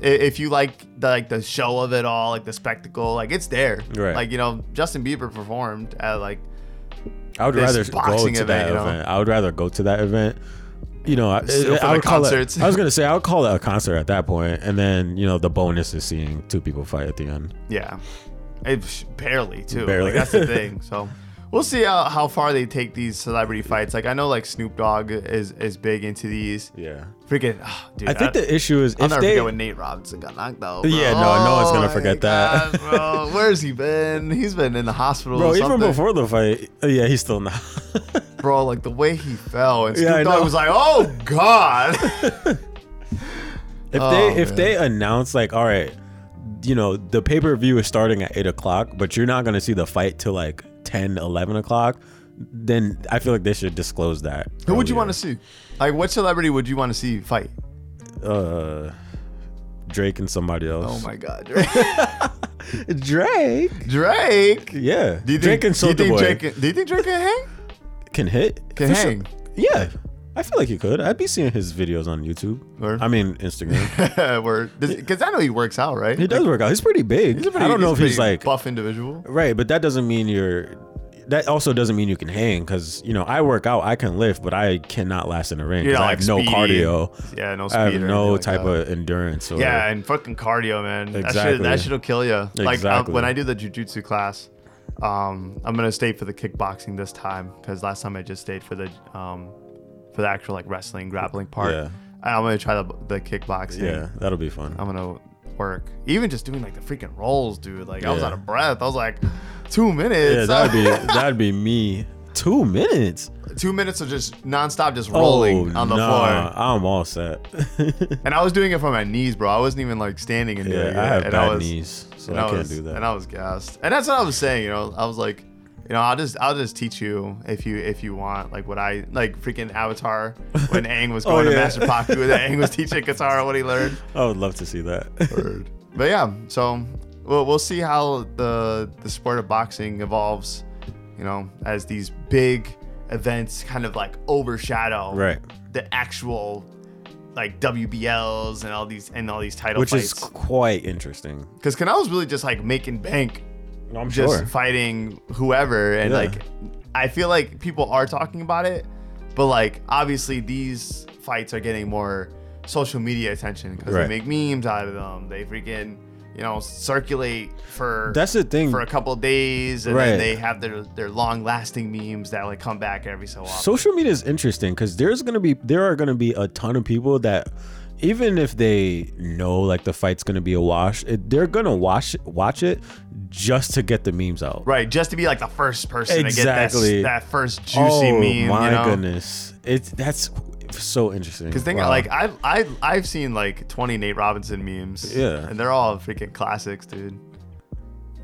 Speaker 2: i- if you like the like the show of it all like the spectacle like it's there
Speaker 3: Right.
Speaker 2: like you know justin bieber performed at like
Speaker 3: I would
Speaker 2: This
Speaker 3: rather go to
Speaker 2: boxing event,
Speaker 3: that
Speaker 2: you know?
Speaker 3: event. I would rather go to that event. You know, I,
Speaker 2: Still for
Speaker 3: I
Speaker 2: the
Speaker 3: would call
Speaker 2: concerts. [LAUGHS]
Speaker 3: it. I was gonna say I would call it a concert at that point, and then you know the bonus is seeing two people fight at the end.
Speaker 2: yeah it's barely too
Speaker 3: Barely.
Speaker 2: like, that's
Speaker 3: [LAUGHS]
Speaker 2: the thing so we'll see how, how far they take these celebrity fights like i know like snoop dogg is is big into these
Speaker 3: Yeah,
Speaker 2: freaking ah, dude
Speaker 3: I think the issue is
Speaker 2: I'll
Speaker 3: if
Speaker 2: never
Speaker 3: they
Speaker 2: forget when Nate Robinson got knocked out. Bro. Oh
Speaker 3: Yeah, no, no one's gonna
Speaker 2: my
Speaker 3: forget that.
Speaker 2: God, bro. Where's he been? He's been in the hospital.
Speaker 3: Bro,
Speaker 2: or
Speaker 3: even
Speaker 2: something.
Speaker 3: before the fight, uh, yeah, he's still not.
Speaker 2: bro. Like the way he fell, and Snoop
Speaker 3: Yeah, I
Speaker 2: Dogg
Speaker 3: know.
Speaker 2: was like, "Oh
Speaker 3: [LAUGHS]
Speaker 2: God."
Speaker 3: If
Speaker 2: Oh,
Speaker 3: they if
Speaker 2: man.
Speaker 3: they announce like, all right, you know, the pay per view is starting at eight o'clock, but you're not gonna see the fight till like 10, 11 o'clock, then I feel like they should disclose that.
Speaker 2: Who would you want to see? Like, what celebrity would you want to see fight?
Speaker 3: see? Uh, Drake and somebody
Speaker 2: Oh
Speaker 3: else.
Speaker 2: my [LAUGHS] God, Drake.
Speaker 3: Drake.
Speaker 2: Drake.
Speaker 3: Yeah.
Speaker 2: Do you
Speaker 3: Drake
Speaker 2: think,
Speaker 3: and
Speaker 2: do you think
Speaker 3: Soulja Boy
Speaker 2: Drake? Do you think Drake can
Speaker 3: [LAUGHS]
Speaker 2: hang?
Speaker 3: can hit.
Speaker 2: Can
Speaker 3: For sure.
Speaker 2: hang.
Speaker 3: Yeah. I feel like he could. I'd be seeing his videos on YouTube.
Speaker 2: Word.
Speaker 3: I mean Instagram.
Speaker 2: Because I know [LAUGHS] he works out, right?
Speaker 3: he does work out. He's pretty big.
Speaker 2: He's a pretty,
Speaker 3: I don't know if
Speaker 2: a
Speaker 3: he's
Speaker 2: pretty
Speaker 3: like
Speaker 2: buff individual.
Speaker 3: Right, but that doesn't mean you're. That also doesn't mean you can hang because you know I work out, I can lift, but I cannot last in the ring.
Speaker 2: You're
Speaker 3: 'cause
Speaker 2: not,
Speaker 3: I
Speaker 2: like,
Speaker 3: have no
Speaker 2: speedy.
Speaker 3: cardio.
Speaker 2: Yeah, no
Speaker 3: I
Speaker 2: speed
Speaker 3: have
Speaker 2: or
Speaker 3: no
Speaker 2: anything like
Speaker 3: type
Speaker 2: that.
Speaker 3: of endurance. Or,
Speaker 2: Yeah, and fucking cardio, man. That shit,
Speaker 3: Exactly.
Speaker 2: that shit'll kill you. Like um,
Speaker 3: Exactly.
Speaker 2: when I do the jujitsu class, um, I'm gonna stay for the kickboxing this time because last time I just stayed for the um, for the actual like wrestling grappling part.
Speaker 3: Yeah.
Speaker 2: And I'm gonna try the the kickboxing.
Speaker 3: yeah, that'll be fun.
Speaker 2: I'm gonna work. Even just doing like the freaking rolls, dude. Like I was
Speaker 3: Yeah.
Speaker 2: out of breath. I was like, two
Speaker 3: yeah,
Speaker 2: minutes. [LAUGHS]
Speaker 3: that'd be that'd be me. Two minutes Oh,
Speaker 2: two minutes of just nonstop, just rolling on the
Speaker 3: nah,
Speaker 2: floor.
Speaker 3: I'm all set. [LAUGHS]
Speaker 2: And I was doing it for my knees, bro. I wasn't even like standing and doing
Speaker 3: yeah,
Speaker 2: it.
Speaker 3: I have
Speaker 2: and
Speaker 3: bad
Speaker 2: was,
Speaker 3: knees, so
Speaker 2: and
Speaker 3: I can't
Speaker 2: was,
Speaker 3: do that.
Speaker 2: And I was gassed. And that's what I was saying. You know, I was like, you know, I'll just I'll just teach you if you if you want. Like what I like freaking Avatar
Speaker 3: [LAUGHS]
Speaker 2: when Aang was
Speaker 3: Oh,
Speaker 2: going to
Speaker 3: yeah.
Speaker 2: Master Paku,
Speaker 3: [LAUGHS]
Speaker 2: that Aang was teaching Katara what he learned.
Speaker 3: I would love to see that.
Speaker 2: But yeah, so we'll, we'll see how the the sport of boxing evolves, you know, as these big events kind of like overshadow
Speaker 3: Right.
Speaker 2: the actual like WBLs and all these and all these title
Speaker 3: [LAUGHS] Which is
Speaker 2: fights.
Speaker 3: quite interesting.
Speaker 2: Because Canelo's really just like making bank,
Speaker 3: I'm
Speaker 2: just
Speaker 3: sure.
Speaker 2: fighting whoever, and
Speaker 3: Yeah.
Speaker 2: like I feel like people are talking about it, but like obviously these fights are getting more social media attention because
Speaker 3: Right.
Speaker 2: they make memes out of them. They freaking you know circulate for
Speaker 3: That's the thing.
Speaker 2: for a couple days, and
Speaker 3: Right.
Speaker 2: then they have their their long lasting memes that like come back every so often.
Speaker 3: Social media is interesting because there's gonna be there are gonna be a ton of people that even if they know like the fight's gonna be a wash, it, they're gonna watch watch it just to get the memes out.
Speaker 2: Right, just to be like the first person to
Speaker 3: Exactly.
Speaker 2: get that, that first juicy
Speaker 3: oh
Speaker 2: meme.
Speaker 3: my
Speaker 2: you know?
Speaker 3: goodness, it's that's so interesting.
Speaker 2: Because think
Speaker 3: Wow.
Speaker 2: like I've, I've I've seen like 20 Nate Robinson memes.
Speaker 3: Yeah.
Speaker 2: and they're all freaking classics, dude.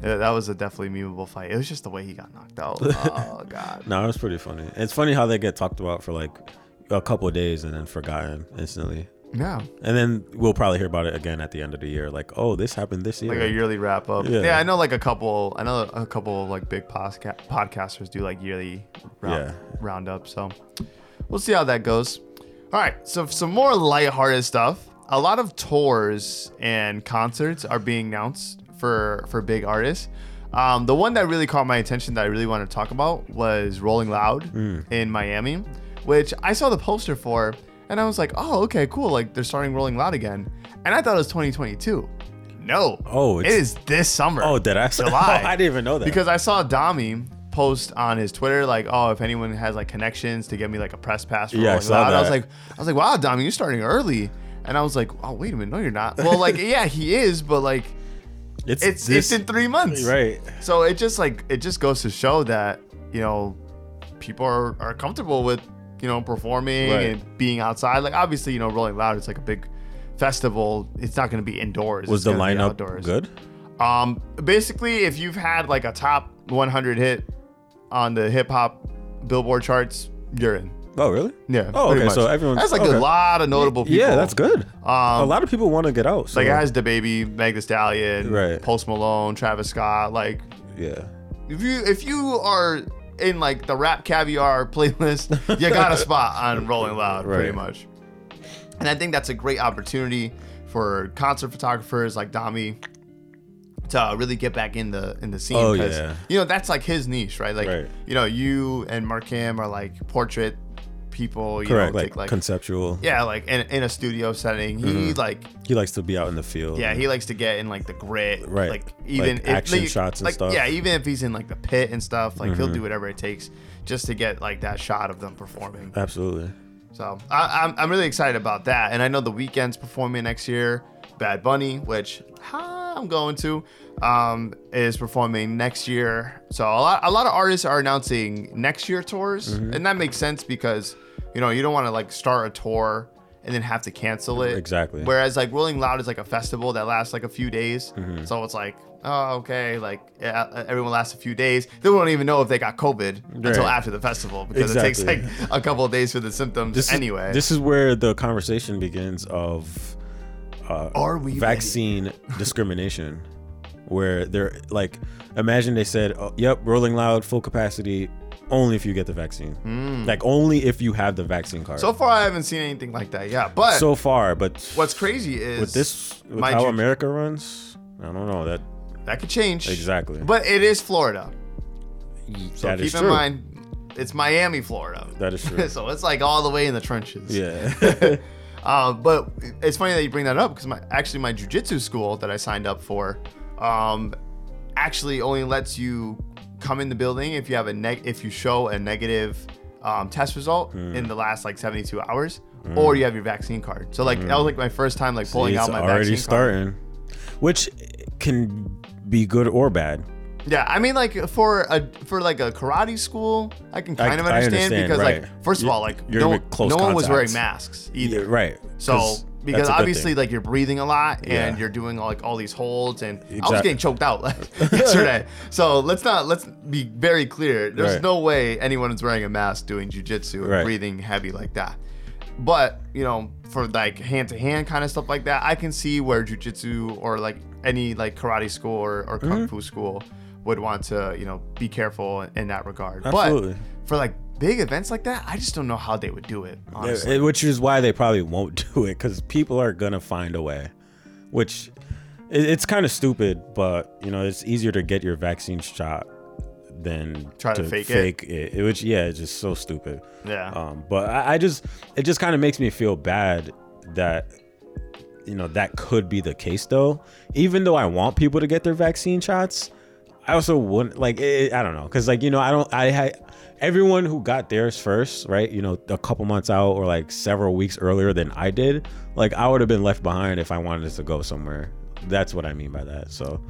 Speaker 2: Yeah, that was a definitely memeable fight. It was just the way he got knocked
Speaker 3: [LAUGHS]
Speaker 2: out. Oh god.
Speaker 3: no, it was pretty funny. It's funny how they get talked about for like a couple of days and then forgotten instantly.
Speaker 2: Yeah,
Speaker 3: And then we'll probably hear about it again at the end of the year. Like, oh, this happened this year.
Speaker 2: like a yearly wrap up. Yeah.
Speaker 3: Yeah.
Speaker 2: I know like a couple. I know a couple of like big posca- podcasters do like yearly round,
Speaker 3: Yeah.
Speaker 2: roundup. So we'll see how that goes. All right, so some more lighthearted stuff. A lot of tours and concerts are being announced for for big artists. Um, the one that really caught my attention that I really wanted to talk about was Rolling Loud
Speaker 3: Mm.
Speaker 2: in Miami, which I saw the poster for, and I was like, "Oh, okay, cool! Like they're starting Rolling Loud again." And I thought it was 2022. No,
Speaker 3: Oh,
Speaker 2: it
Speaker 3: it's-
Speaker 2: is this summer.
Speaker 3: Oh, did [LAUGHS] I?
Speaker 2: July.
Speaker 3: I didn't even know that.
Speaker 2: Because I saw Dami post on his Twitter like, "Oh, if anyone has like connections to get me like a press pass for
Speaker 3: Yeah, I
Speaker 2: Rolling
Speaker 3: saw
Speaker 2: Loud," I was
Speaker 3: that.
Speaker 2: like, I was like, "Wow, Dami, you're starting early," and I was like, "Oh, wait a minute, no, you're not." Well, like, yeah, he is, but like, it's
Speaker 3: this-
Speaker 2: it's in three months,
Speaker 3: right.
Speaker 2: So it just like it just goes to show that you know people are, are comfortable with you know performing
Speaker 3: Right.
Speaker 2: and being outside. Like obviously, you know, Rolling Loud it's like a big festival. It's not going to be indoors.
Speaker 3: Was
Speaker 2: It's
Speaker 3: the
Speaker 2: gonna be
Speaker 3: lineup
Speaker 2: outdoors.
Speaker 3: good?
Speaker 2: Um, basically, if you've had like a top 100 hit on the hip hop Billboard charts, you're in.
Speaker 3: Oh, really?
Speaker 2: Yeah.
Speaker 3: Oh,
Speaker 2: pretty
Speaker 3: okay.
Speaker 2: much.
Speaker 3: So everyone.
Speaker 2: that's like a
Speaker 3: okay.
Speaker 2: lot of notable people.
Speaker 3: Yeah, that's good. a
Speaker 2: Um,
Speaker 3: lot of people want to get out. So.
Speaker 2: like it has the baby, Meg Thee Stallion,
Speaker 3: Right.
Speaker 2: Post Malone, Travis Scott. Like
Speaker 3: yeah.
Speaker 2: if you if you are in like the rap caviar [LAUGHS] playlist, you got a spot on Rolling Loud, pretty
Speaker 3: Right.
Speaker 2: much. And I think that's a great opportunity for concert photographers like Dami to uh, really get back in the in the scene.
Speaker 3: Oh,
Speaker 2: 'cause,
Speaker 3: yeah.
Speaker 2: You know that's like his niche, right? Like
Speaker 3: Right.
Speaker 2: you know you and Markham are like portrait people. You
Speaker 3: Correct.
Speaker 2: Know,
Speaker 3: like, Mm-hmm.
Speaker 2: take, like
Speaker 3: conceptual.
Speaker 2: yeah, like in, in a studio setting. He like
Speaker 3: He likes to be out in the field.
Speaker 2: yeah, he likes to get in like the grit,
Speaker 3: Right.
Speaker 2: Like
Speaker 3: Like,
Speaker 2: even if,
Speaker 3: action
Speaker 2: like-
Speaker 3: shots and
Speaker 2: like,
Speaker 3: stuff. Mm-hmm.
Speaker 2: Yeah, even if he's in like the pit and stuff, like he'll do whatever it takes just to get like that shot of them performing.
Speaker 3: Absolutely.
Speaker 2: So I, I'm I'm really excited about that, and I know the weekend's performing next year. Bad Bunny, which ha, I'm going to. um, is performing next year. So a lot, a lot of artists are announcing next year tours,
Speaker 3: Mm-hmm.
Speaker 2: and that makes sense because you know you don't want to like start a tour and then have to cancel it.
Speaker 3: Exactly.
Speaker 2: Whereas like Rolling Loud is like a festival that lasts like a few days,
Speaker 3: Mm-hmm.
Speaker 2: so it's like. Oh, okay. Like yeah, everyone lasts a few days. They won't even know if they got COVID until
Speaker 3: Right.
Speaker 2: after the festival because it
Speaker 3: Exactly.
Speaker 2: takes like [LAUGHS] a couple of days for the symptoms.
Speaker 3: This is-
Speaker 2: anyway,
Speaker 3: this is where the conversation begins of uh,
Speaker 2: Are we ready?
Speaker 3: vaccine [LAUGHS] discrimination, where they're like, imagine they said, oh, "Yep, Rolling Loud, full capacity, only if you get the vaccine, like only if you have the vaccine card."
Speaker 2: Hmm. so far I haven't seen anything like that. Yeah, but
Speaker 3: So far, but
Speaker 2: what's crazy is
Speaker 3: with this, with
Speaker 2: mind
Speaker 3: how
Speaker 2: you-
Speaker 3: America runs, I don't know that.
Speaker 2: That could change.
Speaker 3: Exactly.
Speaker 2: But it is Florida. So
Speaker 3: that
Speaker 2: keep
Speaker 3: is
Speaker 2: in
Speaker 3: true.
Speaker 2: mind, it's Miami, Florida.
Speaker 3: That
Speaker 2: [LAUGHS]
Speaker 3: is true.
Speaker 2: so it's like all the way in the trenches.
Speaker 3: Yeah.
Speaker 2: Uh, but it's funny that you bring that up because my actually my jujitsu school that I signed up for um, actually only lets you come in the building if you have a neg- if you show a negative um, test result
Speaker 3: Hmm.
Speaker 2: in the last like 72 hours or you have your vaccine card. So like that was like my first time like pulling
Speaker 3: Hmm. it's
Speaker 2: out my
Speaker 3: already
Speaker 2: vaccine card.
Speaker 3: starting, which can be good or bad.
Speaker 2: Yeah, I mean, like for a for like a karate school, I can
Speaker 3: I-
Speaker 2: kind of
Speaker 3: I
Speaker 2: understand,
Speaker 3: understand,
Speaker 2: because like
Speaker 3: right.
Speaker 2: first of
Speaker 3: You-
Speaker 2: all, like
Speaker 3: you're
Speaker 2: no,
Speaker 3: with close
Speaker 2: no one was wearing
Speaker 3: contacts.
Speaker 2: masks either,
Speaker 3: Yeah, right.
Speaker 2: So
Speaker 3: 'Cause
Speaker 2: because
Speaker 3: that's a good
Speaker 2: obviously
Speaker 3: thing.
Speaker 2: like you're breathing a lot and
Speaker 3: Yeah.
Speaker 2: you're doing like all these holds, and I was
Speaker 3: Exact-
Speaker 2: getting choked out like,
Speaker 3: [LAUGHS]
Speaker 2: [LAUGHS] yesterday. So let's not let's be very clear. There's
Speaker 3: Right.
Speaker 2: no way anyone is wearing a mask doing jujitsu and
Speaker 3: Right.
Speaker 2: breathing heavy like that. But you know, for like hand to hand kind of stuff like that, I can see where jujitsu or like any like karate school or, or
Speaker 3: Mm-hmm.
Speaker 2: kung fu school would want to you know be careful in that regard.
Speaker 3: Absolutely.
Speaker 2: But for like big events like that, I just don't know how they would do it. Honestly,
Speaker 3: Eh, which is why they probably won't [LAUGHS] do it because people are gonna find a way which it, it's kind of stupid but you know it's easier to get your vaccine shot than
Speaker 2: Try to fake it.
Speaker 3: it. it which yeah it's just so stupid
Speaker 2: yeah.
Speaker 3: um but i, I just it just kind of makes me feel bad that you know that could be the case though even though i want people to get their vaccine shots i also wouldn't like it, i don't know because like you know i don't i had everyone who got theirs first right you know a couple months out or like several weeks earlier than i did like i would have been left behind if i wanted to go somewhere that's what i mean by that so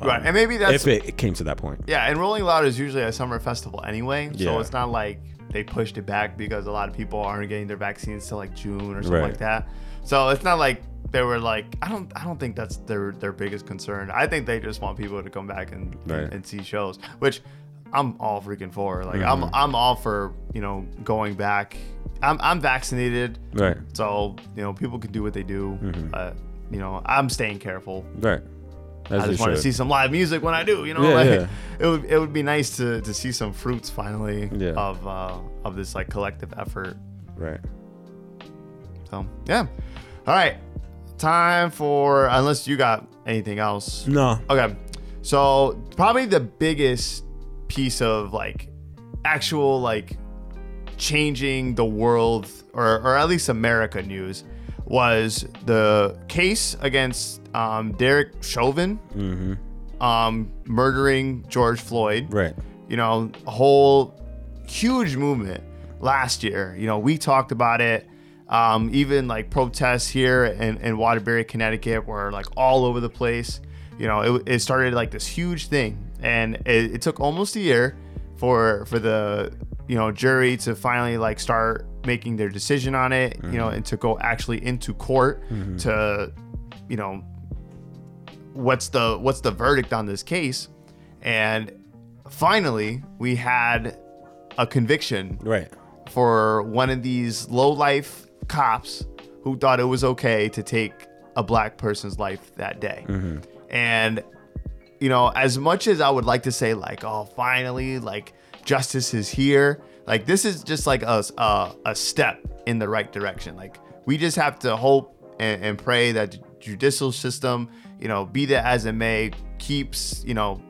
Speaker 3: um,
Speaker 2: Right, and maybe that's
Speaker 3: if it, it came to that point
Speaker 2: yeah. And Rolling Loud is usually a summer festival anyway, so
Speaker 3: Yeah.
Speaker 2: it's not like they pushed it back because a lot of people aren't getting their vaccines till like June or something
Speaker 3: Right.
Speaker 2: like that. So it's not like they were like I don't I don't think that's their their biggest concern. I think they just want people to come back and
Speaker 3: Right.
Speaker 2: and see shows, which I'm all freaking for. Like
Speaker 3: Mm-hmm.
Speaker 2: I'm I'm all for you know going back. I'm I'm vaccinated,
Speaker 3: right
Speaker 2: so you know people can do what they do.
Speaker 3: Mm-hmm.
Speaker 2: Uh, you know I'm staying careful
Speaker 3: right As
Speaker 2: I
Speaker 3: they
Speaker 2: just want to
Speaker 3: should.
Speaker 2: see some live music when I do. You know,
Speaker 3: Yeah,
Speaker 2: like
Speaker 3: yeah.
Speaker 2: [LAUGHS] it would it would be nice to to see some fruits finally
Speaker 3: Yeah.
Speaker 2: of uh, of this like collective effort.
Speaker 3: right
Speaker 2: So yeah, all right, time for unless you got anything else.
Speaker 3: no
Speaker 2: Okay, so probably the biggest piece of like actual like changing the world or or at least America news was the case against um, Derek Chauvin
Speaker 3: mm-hmm.
Speaker 2: um, murdering George Floyd.
Speaker 3: right
Speaker 2: You know, a whole huge movement last year. You know, we talked about it. Um, even like protests here in, in Waterbury, Connecticut were like all over the place. You know, it, it started like this huge thing, and it, it took almost a year for for the you know jury to finally like start making their decision on it. You know, and to go actually into court to you know what's the what's the verdict on this case and finally we had a conviction
Speaker 3: right
Speaker 2: for one of these low life cops who thought it was okay to take a black person's life that day and you know as much as i would like to say like oh finally like justice is here like this is just like a, a, a step in the right direction like we just have to hope and, and pray that the judicial system you know be that as it may keeps you know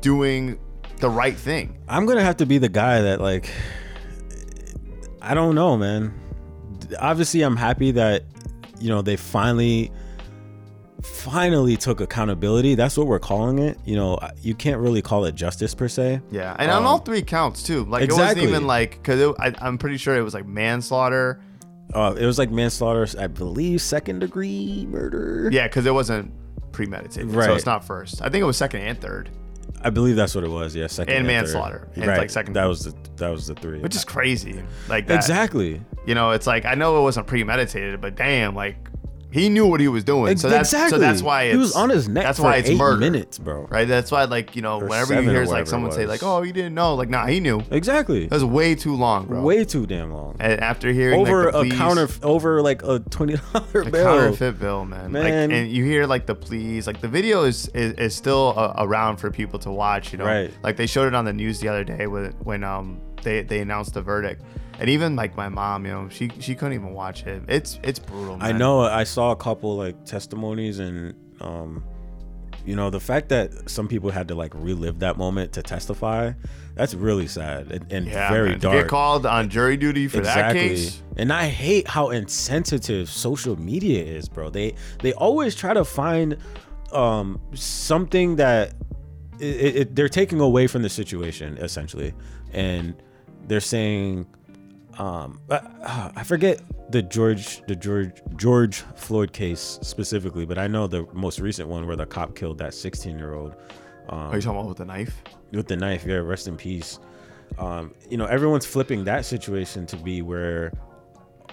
Speaker 2: doing the right thing
Speaker 3: I'm gonna have to be the guy that like I don't know, man. Obviously, I'm happy that you know they finally finally took accountability. That's what we're calling it. You know, you can't really call it justice per se.
Speaker 2: Yeah, and on
Speaker 3: Um,
Speaker 2: all three counts too. Like it wasn't
Speaker 3: exactly.
Speaker 2: even like because I'm pretty sure it was like manslaughter.
Speaker 3: Uh, it was like manslaughter, I believe, second degree murder.
Speaker 2: Yeah, because it wasn't premeditated, so
Speaker 3: Right.
Speaker 2: it's not first. I think it was second and third,
Speaker 3: I believe that's what it was. Yeah, second
Speaker 2: And
Speaker 3: third.
Speaker 2: manslaughter. And,
Speaker 3: right,
Speaker 2: like, second-
Speaker 3: That was the that was the three.
Speaker 2: which is crazy. Like that,
Speaker 3: exactly
Speaker 2: You know, it's like I know it wasn't premeditated, but damn, like he knew what he was doing.
Speaker 3: Ex-
Speaker 2: So that's
Speaker 3: exactly.
Speaker 2: so that's why it's,
Speaker 3: he was on his neck.
Speaker 2: That's
Speaker 3: for
Speaker 2: why it's
Speaker 3: eight
Speaker 2: murder,
Speaker 3: minutes, bro.
Speaker 2: right? That's why like you know
Speaker 3: Or
Speaker 2: whenever you
Speaker 3: seven or
Speaker 2: hear like
Speaker 3: whatever it
Speaker 2: someone say like,
Speaker 3: was.
Speaker 2: oh, he didn't know, like nah, he knew. That
Speaker 3: Exactly.
Speaker 2: was way too long, bro.
Speaker 3: Way too damn long.
Speaker 2: and after hearing like,
Speaker 3: over
Speaker 2: the
Speaker 3: a
Speaker 2: pleas-
Speaker 3: counter, over like a twenty [LAUGHS] dollar
Speaker 2: The
Speaker 3: bill.
Speaker 2: counterfeit bill, man.
Speaker 3: Man.
Speaker 2: Like, and you hear like the pleas, like the video is is, is still uh, around for people to watch. You know,
Speaker 3: Right.
Speaker 2: like they showed it on the news the other day when when um they they announced the verdict, and even like my mom, you know, she she couldn't even watch it. It's it's brutal. Man.
Speaker 3: I know. I saw a couple like testimonies, and um, you know, the fact that some people had to like relive that moment to testify, that's really sad and, and
Speaker 2: Yeah,
Speaker 3: very
Speaker 2: man. To
Speaker 3: dark.
Speaker 2: Get called on jury duty for that case.
Speaker 3: And I hate how insensitive social media is, bro. They they always try to find um something that it, it, it- they're taking away from the situation essentially, and they're saying, um, uh, uh, I forget the George the George George Floyd case specifically, but I know the most recent one where the cop killed that 16 year old Uh,
Speaker 2: Are you talking about with a knife?
Speaker 3: with the knife. Yeah, rest in peace. Um, you know, everyone's flipping that situation to be where,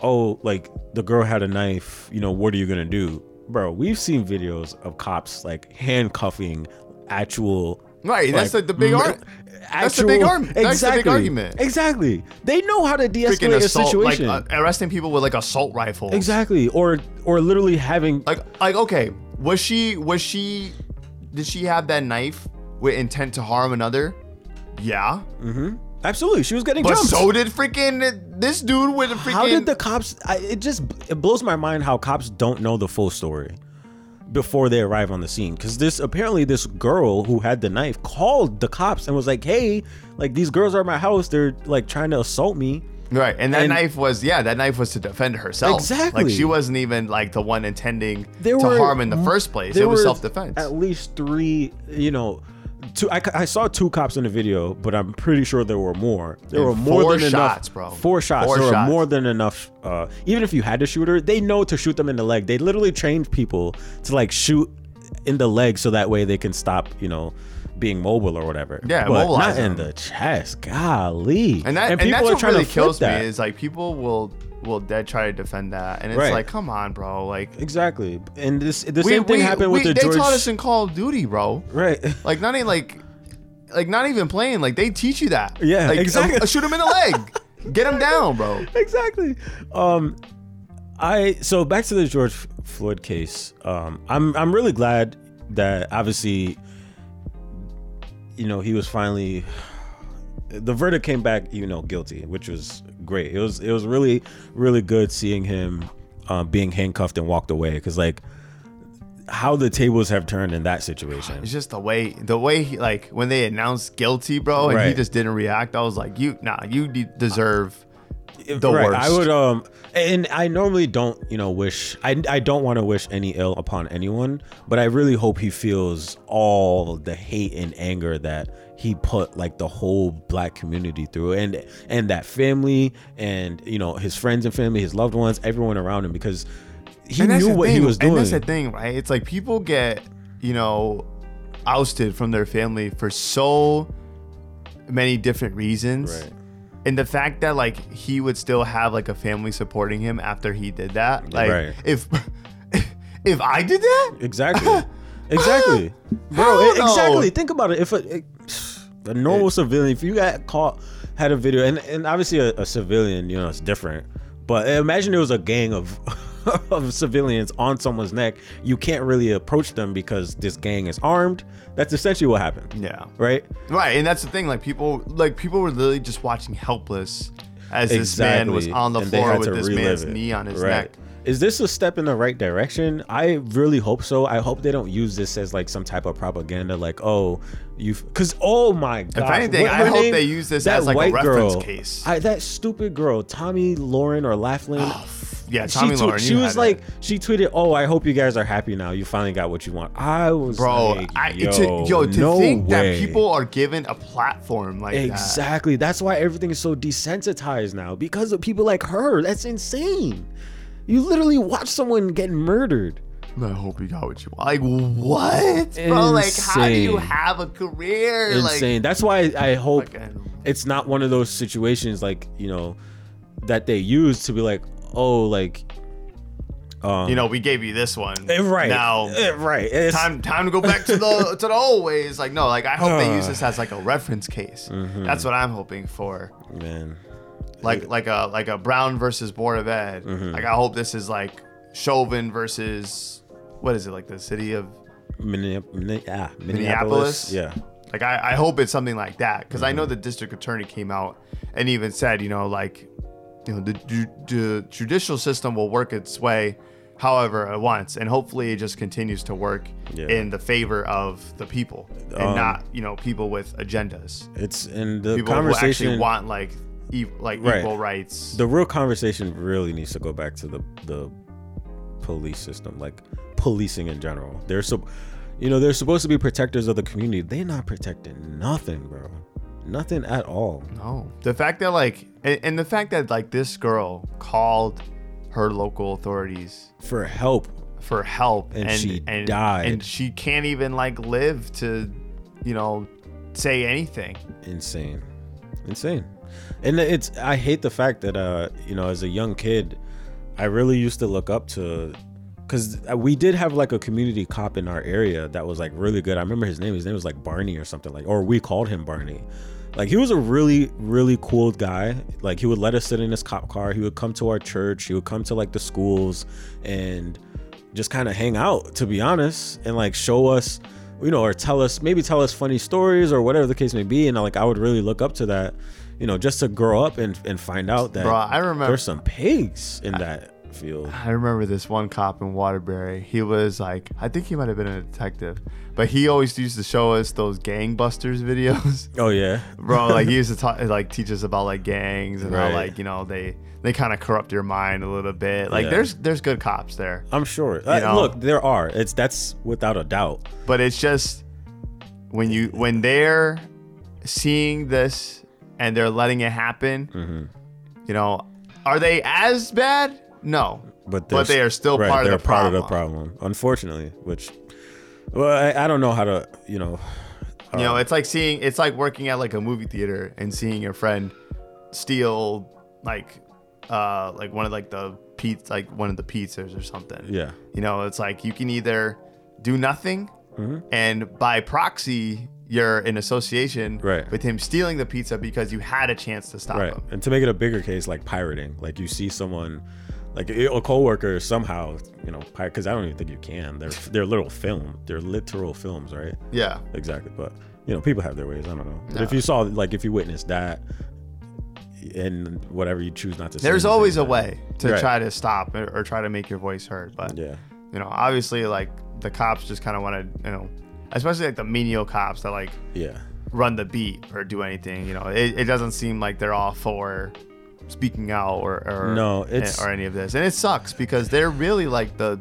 Speaker 3: oh, like the girl had a knife. You know, what are you gonna do, bro? We've seen videos of cops like handcuffing actual.
Speaker 2: Right, that's
Speaker 3: like,
Speaker 2: the- the big
Speaker 3: mi-
Speaker 2: ar- that's the big
Speaker 3: actual-
Speaker 2: arm- that's the big
Speaker 3: exactly,
Speaker 2: argument.
Speaker 3: Exactly. They know how to
Speaker 2: Freaking
Speaker 3: de-escalate a
Speaker 2: assault, like
Speaker 3: situation.
Speaker 2: uh, arresting people with like assault rifles.
Speaker 3: exactly, or or literally having
Speaker 2: Like, like okay, was she was she did she have that knife with intent to harm another? Yeah,
Speaker 3: absolutely. She was getting
Speaker 2: but
Speaker 3: jumped.
Speaker 2: so did freaking this dude with a freaking.
Speaker 3: how did the cops I, it just it blows my mind how cops don't know the full story before they arrive on the scene because this apparently this girl who had the knife called the cops and was like hey like these girls are at my house they're like trying to assault me
Speaker 2: right? And that
Speaker 3: and-
Speaker 2: knife was yeah, that knife was to defend herself.
Speaker 3: Exactly.
Speaker 2: Like she wasn't even like the one intending
Speaker 3: there
Speaker 2: to
Speaker 3: were
Speaker 2: harm in the first place.
Speaker 3: there
Speaker 2: It was
Speaker 3: were
Speaker 2: self defense.
Speaker 3: At least three, you know, two. I, I saw two cops in the video, but I'm pretty sure there were more. There
Speaker 2: And
Speaker 3: were more
Speaker 2: four
Speaker 3: than
Speaker 2: shots,
Speaker 3: enough.
Speaker 2: bro.
Speaker 3: Four shots.
Speaker 2: Four
Speaker 3: there
Speaker 2: shots.
Speaker 3: were more than enough. Uh, even if you had a shooter, they know to shoot them in the leg. They literally trained people to like shoot in the leg so that way they can stop, you know. Being mobile or whatever,
Speaker 2: Yeah,
Speaker 3: but
Speaker 2: mobilize
Speaker 3: not in
Speaker 2: them.
Speaker 3: the chest. Golly,
Speaker 2: And that and,
Speaker 3: people
Speaker 2: that's
Speaker 3: are
Speaker 2: what
Speaker 3: trying
Speaker 2: really
Speaker 3: to
Speaker 2: kills
Speaker 3: flip that.
Speaker 2: me is like people will will dead try to defend that, and it's
Speaker 3: Right.
Speaker 2: like come on, bro, like.
Speaker 3: exactly. And this the same thing happened with
Speaker 2: we-
Speaker 3: the
Speaker 2: they
Speaker 3: George,
Speaker 2: taught us in Call of Duty, bro.
Speaker 3: right? [LAUGHS]
Speaker 2: Like not even like, like not even playing. Like they teach you that.
Speaker 3: Yeah,
Speaker 2: like,
Speaker 3: exactly.
Speaker 2: uh, shoot him in the
Speaker 3: [LAUGHS]
Speaker 2: leg. Get him down, bro.
Speaker 3: exactly. Um, I so back to the George Floyd case. Um, I'm I'm really glad that obviously, you know, he was finally. The verdict came back, you know, guilty, which was great. It was it was really really good seeing him uh, being handcuffed and walked away because like how the tables have turned in that situation.
Speaker 2: It's just the way the way he like when they announced guilty, bro, and he
Speaker 3: Right.
Speaker 2: just didn't react. I was like, you nah, you de- deserve. the
Speaker 3: I
Speaker 2: worst.
Speaker 3: would um, and I normally don't, you know, wish I I don't want to wish any ill upon anyone, but I really hope he feels all the hate and anger that he put like the whole black community through, and and that family, and you know his friends and family, his loved ones, everyone around him, because he
Speaker 2: and that's
Speaker 3: knew
Speaker 2: the
Speaker 3: what he
Speaker 2: thing,
Speaker 3: was doing.
Speaker 2: And that's the thing, right? It's like people get you know ousted from their family for so many different reasons.
Speaker 3: Right.
Speaker 2: and the fact that like he would still have like a family supporting him after he did that like
Speaker 3: Right.
Speaker 2: if [LAUGHS] if i did that [LAUGHS]
Speaker 3: Exactly. [LAUGHS] exactly. Bro,
Speaker 2: Hell
Speaker 3: e-
Speaker 2: no.
Speaker 3: exactly. Think about it. If a, a normal civilian, if you got caught, had a video, and, and obviously a, a civilian, you know, it's different. But imagine there was a gang of [LAUGHS] of civilians on someone's neck. You can't really approach them because this gang is armed. That's essentially what happened.
Speaker 2: yeah
Speaker 3: Right?
Speaker 2: right and that's the thing like people like people were literally just watching helpless as this man was on the
Speaker 3: and they
Speaker 2: floor
Speaker 3: had
Speaker 2: with
Speaker 3: to
Speaker 2: this
Speaker 3: relive
Speaker 2: man's
Speaker 3: it.
Speaker 2: knee on his
Speaker 3: Right.
Speaker 2: neck
Speaker 3: Is this a step in the right direction? I really hope so. I hope they don't use this as like some type of propaganda, like oh, you, because oh my god.
Speaker 2: anything,
Speaker 3: what
Speaker 2: I
Speaker 3: her
Speaker 2: hope they use this
Speaker 3: that
Speaker 2: as, like, a
Speaker 3: white
Speaker 2: reference
Speaker 3: girl,
Speaker 2: case.
Speaker 3: I, that stupid girl, Tommy Lauren or Laughlin.
Speaker 2: Oh, yeah tommy
Speaker 3: she, tw-
Speaker 2: lauren
Speaker 3: she
Speaker 2: you had
Speaker 3: was
Speaker 2: it.
Speaker 3: like, she tweeted, "Oh, I hope you guys are happy now. You finally got what you want." I was,
Speaker 2: bro
Speaker 3: like,
Speaker 2: I,
Speaker 3: yo,
Speaker 2: to, yo to
Speaker 3: no
Speaker 2: think that
Speaker 3: way."
Speaker 2: people are given a platform like that
Speaker 3: Exactly. That's why everything is so desensitized now because of people like her. That's insane. You literally watch someone get murdered.
Speaker 2: I hope you got what you want. Like what, bro? Like how do you
Speaker 3: Insane.
Speaker 2: have a career?
Speaker 3: insane. That's why I hope
Speaker 2: Like, I don't-
Speaker 3: it's not one of those situations like you know that they use to be like, oh, like
Speaker 2: Like you know, we gave you this one.
Speaker 3: eh, right
Speaker 2: now,
Speaker 3: eh, right. It's-
Speaker 2: time time to go back to
Speaker 3: [LAUGHS]
Speaker 2: the to the old ways. Like no, like I hope they use this as like a reference case.
Speaker 3: Mm-hmm.
Speaker 2: That's what I'm hoping for.
Speaker 3: Eh. man.
Speaker 2: Like like a like a Brown versus Board of Ed.
Speaker 3: Mm-hmm.
Speaker 2: Like I hope this is like Chauvin versus what is it like the city of
Speaker 3: Minneap- Minne- ah,
Speaker 2: Minneapolis?
Speaker 3: Minneapolis. Yeah.
Speaker 2: like I, I hope it's something like that because I
Speaker 3: Mm-hmm.
Speaker 2: know the district attorney came out and even said you know like you know the, ju- the judicial system will work its way however it wants and hopefully it just continues to work
Speaker 3: Yeah.
Speaker 2: in the favor of the people and
Speaker 3: Um,
Speaker 2: not you know people with agendas
Speaker 3: It's in the
Speaker 2: people who actually
Speaker 3: conversation.
Speaker 2: want like e- like
Speaker 3: Right.
Speaker 2: equal rights
Speaker 3: the real conversation really needs to go back to the the police system, like policing in general. They're so, you know, they're supposed to be protectors of the community. They're not protecting nothing, bro. Nothing at all.
Speaker 2: No. Oh. The fact that like and, and the fact that like this girl called her local authorities
Speaker 3: For help,
Speaker 2: for help
Speaker 3: And she died.
Speaker 2: and she can't even like live to you know say anything.
Speaker 3: insane, insane. And it's I hate the fact that uh, you know, as a young kid, I really used to look up to because uh, we did have like a community cop in our area that was like really good. I remember his name. His name was like Barney or something like, or we called him Barney. Like he was a really, really cool guy. Like he would let us sit in his cop car. He would come to our church. He would come to like the schools and just kind of hang out, to be honest, and like show us, you know, or tell us maybe tell us funny stories or whatever the case may be. And uh, like I would really look up to that, you know, just to grow up and and find out that
Speaker 2: Bro, I remember-
Speaker 3: there's some pigs in that field.
Speaker 2: I remember this one cop in Waterbury. He was like, I think he might have been a detective, but he always used to show us those gangbusters videos. [LAUGHS]
Speaker 3: Oh yeah,
Speaker 2: bro like he used to talk like teach us about like gangs and how
Speaker 3: Right.
Speaker 2: like you know they they kind of corrupt your mind a little bit like
Speaker 3: Yeah.
Speaker 2: there's there's good cops there
Speaker 3: I'm sure. Uh,
Speaker 2: know?
Speaker 3: Look, there are. It's that's without a doubt.
Speaker 2: but it's just when you when they're seeing this and they're letting it happen
Speaker 3: Mm-hmm.
Speaker 2: you know are they as bad no
Speaker 3: But
Speaker 2: But they
Speaker 3: there's-
Speaker 2: are still
Speaker 3: right,
Speaker 2: part of
Speaker 3: they're
Speaker 2: the
Speaker 3: part of the problem, unfortunately. Which, well, I, I don't know how to, you know,
Speaker 2: you
Speaker 3: uh,
Speaker 2: know it's like seeing it's like working at like a movie theater and seeing your friend steal like uh like one of like the pizza like one of the pizzas or something
Speaker 3: yeah,
Speaker 2: You know, it's like you can either do nothing,
Speaker 3: Mm-hmm.
Speaker 2: and by proxy, you're in association
Speaker 3: Right.
Speaker 2: with him stealing the pizza because you had a chance to stop
Speaker 3: right.
Speaker 2: him.
Speaker 3: And to make it a bigger case, like pirating, like you see someone, like a a coworker somehow, you know, because I don't even think you can. They're they're literal film. They're literal films, right?
Speaker 2: Yeah.
Speaker 3: exactly. But you know, people have their ways. I don't know. But if you saw, like, if you witnessed that, and whatever you choose not to, say
Speaker 2: There's
Speaker 3: anything,
Speaker 2: always a
Speaker 3: then-
Speaker 2: way to
Speaker 3: Right.
Speaker 2: try to stop or, or try to make your voice heard. But,
Speaker 3: Yeah.
Speaker 2: you know, obviously, like the cops just kind of want to, you know, especially like the menial cops that like
Speaker 3: Yeah.
Speaker 2: run the beat or do anything, you know, it, it doesn't seem like they're all for speaking out or, or
Speaker 3: No, it's-
Speaker 2: or any of this. And it sucks because they're really like the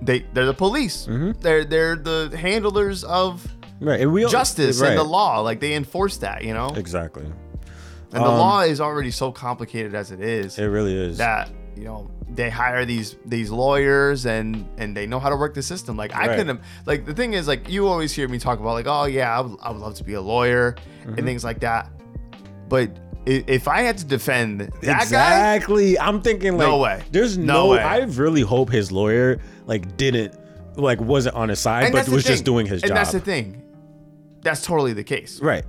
Speaker 2: they they're the police.
Speaker 3: Mm-hmm.
Speaker 2: They're they're the handlers of
Speaker 3: Right. And we all-
Speaker 2: justice and the
Speaker 3: right.
Speaker 2: law. Like they enforce that, you know?
Speaker 3: Exactly.
Speaker 2: And
Speaker 3: Um,
Speaker 2: the law is already so complicated as it is
Speaker 3: It really is.
Speaker 2: that you know they hire these these lawyers and and they know how to work the system like i
Speaker 3: Right.
Speaker 2: couldn't like the thing is like you always hear me talk about like oh yeah i would, I would love to be a lawyer
Speaker 3: Mm-hmm.
Speaker 2: and things like that but i- if i had to defend that guy
Speaker 3: exactly. I'm thinking like
Speaker 2: No way.
Speaker 3: There's
Speaker 2: No
Speaker 3: no,
Speaker 2: way.
Speaker 3: I really hope his lawyer like didn't like wasn't on his side,
Speaker 2: and
Speaker 3: but
Speaker 2: that's the
Speaker 3: was just
Speaker 2: thing.
Speaker 3: doing his
Speaker 2: and
Speaker 3: job.
Speaker 2: that's the thing that's totally the case
Speaker 3: Right.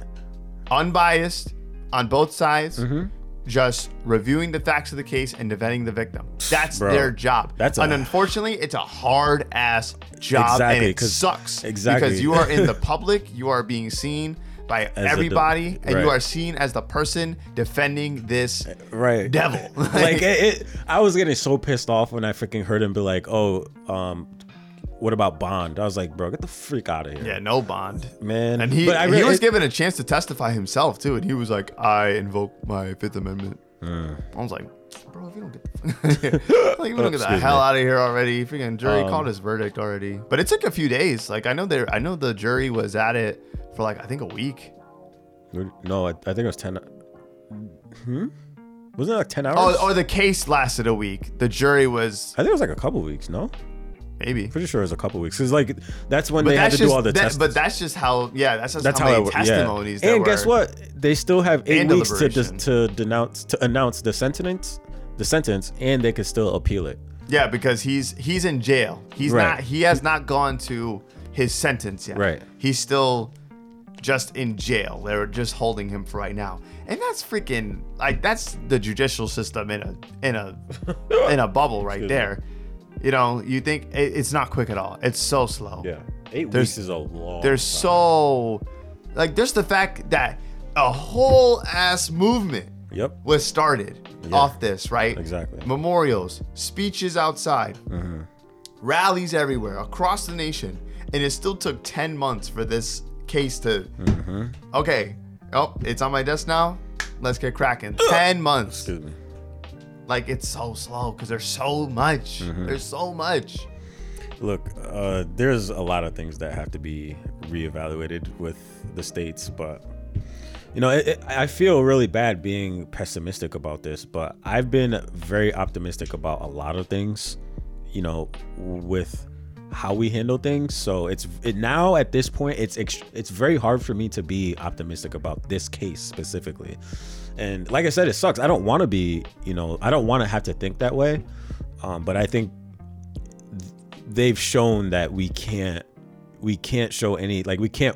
Speaker 2: unbiased on both sides
Speaker 3: Mm-hmm.
Speaker 2: just reviewing the facts of the case and defending the victim that's
Speaker 3: Bro,
Speaker 2: their job
Speaker 3: that's a-
Speaker 2: and unfortunately it's a hard ass job and
Speaker 3: Exactly,
Speaker 2: it
Speaker 3: 'cause-
Speaker 2: sucks
Speaker 3: exactly.
Speaker 2: because you are in
Speaker 3: [LAUGHS]
Speaker 2: the public you are being seen by
Speaker 3: a de-
Speaker 2: everybody and
Speaker 3: right.
Speaker 2: you are seen as the person defending this
Speaker 3: Right.
Speaker 2: devil
Speaker 3: like it, it, I was getting so pissed off when I freaking heard him be like, "Oh, um, what about Bond?" I was like, "Bro, get the freak out of here."
Speaker 2: [LAUGHS] yeah no bond
Speaker 3: Man,
Speaker 2: and he,
Speaker 3: but I
Speaker 2: he
Speaker 3: really-
Speaker 2: was
Speaker 3: it-
Speaker 2: given a chance to testify himself too and he was like i invoke my fifth amendment
Speaker 3: Uh.
Speaker 2: i was like bro if you don't get
Speaker 3: [LAUGHS]
Speaker 2: the, [LAUGHS] like, if we don't get the
Speaker 3: Excuse
Speaker 2: hell
Speaker 3: me. Um,
Speaker 2: out of here already freaking jury called his verdict already but it took a few days like i know there i know the jury was at it for like i think a week
Speaker 3: No, I, I think it was ten. Hmm? Wasn't it like ten hours?
Speaker 2: oh, oh the case lasted a week the jury was
Speaker 3: I think it was like a couple weeks. No,
Speaker 2: Maybe.
Speaker 3: Pretty sure it was a couple weeks. Cause like that's when they had
Speaker 2: that's
Speaker 3: to
Speaker 2: just
Speaker 3: do all the
Speaker 2: that-
Speaker 3: tests.
Speaker 2: But that's just how. Yeah, that's just
Speaker 3: that's
Speaker 2: how,
Speaker 3: how, it
Speaker 2: many
Speaker 3: worked.
Speaker 2: testimonies.
Speaker 3: Yeah.
Speaker 2: there
Speaker 3: And guess
Speaker 2: were.
Speaker 3: what? They still have eight
Speaker 2: And
Speaker 3: weeks to
Speaker 2: deliberation.
Speaker 3: to denounce to announce the sentence, the sentence, and they could still appeal it.
Speaker 2: Yeah, because he's he's in jail. He's
Speaker 3: Right.
Speaker 2: not. He has not gone to his sentence yet.
Speaker 3: Right.
Speaker 2: He's still just in jail. They're just holding him for right now, and that's freaking like that's the judicial system in a in
Speaker 3: [LAUGHS]
Speaker 2: a in a bubble right there. You know, you think it, it's not quick at all. It's so slow.
Speaker 3: eight
Speaker 2: There's-
Speaker 3: weeks is a long.
Speaker 2: They're so like there's the fact that a whole ass movement
Speaker 3: Yep.
Speaker 2: was started off this, right?
Speaker 3: Exactly.
Speaker 2: Memorials, speeches outside, rallies everywhere across the nation, and it still took 10 months for this case to. Okay, oh, it's on my desk now. Let's get cracking. 10 months.
Speaker 3: Excuse me.
Speaker 2: Like, it's so slow because there's so much. There's so much.
Speaker 3: Look, uh, there's a lot of things that have to be reevaluated with the states, but you know, it, it, I feel really bad being pessimistic about this, but I've been very optimistic about a lot of things, you know, with how we handle things. So it's it, now at this point, it's ex- it's very hard for me to be optimistic about this case specifically. And like I said, it sucks. I don't want to be, you know, I don't want to have to think that way. Um, but I think they've shown that we can't we can't show any like we can't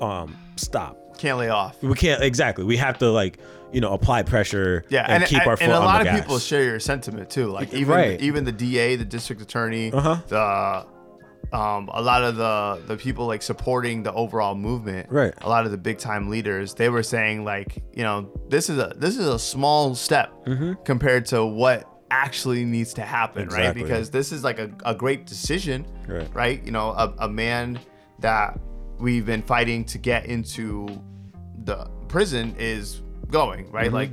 Speaker 3: um stop
Speaker 2: Can't lay off.
Speaker 3: we can't exactly we have to like you know apply pressure
Speaker 2: Yeah,
Speaker 3: and, keep our foot
Speaker 2: and a
Speaker 3: on
Speaker 2: lot
Speaker 3: the
Speaker 2: of
Speaker 3: gas.
Speaker 2: people share your sentiment too. Like even
Speaker 3: Right.
Speaker 2: even the DA, the district attorney,
Speaker 3: Uh-huh.
Speaker 2: the um, a lot of the the people like supporting the overall movement.
Speaker 3: Right.
Speaker 2: A lot of the big time leaders, they were saying like, you know, this is a this is a small step
Speaker 3: Mm-hmm.
Speaker 2: compared to what actually needs to happen, right?
Speaker 3: Exactly.
Speaker 2: Because this is like a, a great decision,
Speaker 3: Right.
Speaker 2: right? You know, a, a man that we've been fighting to get into the prison is going, right?
Speaker 3: Mm-hmm.
Speaker 2: Like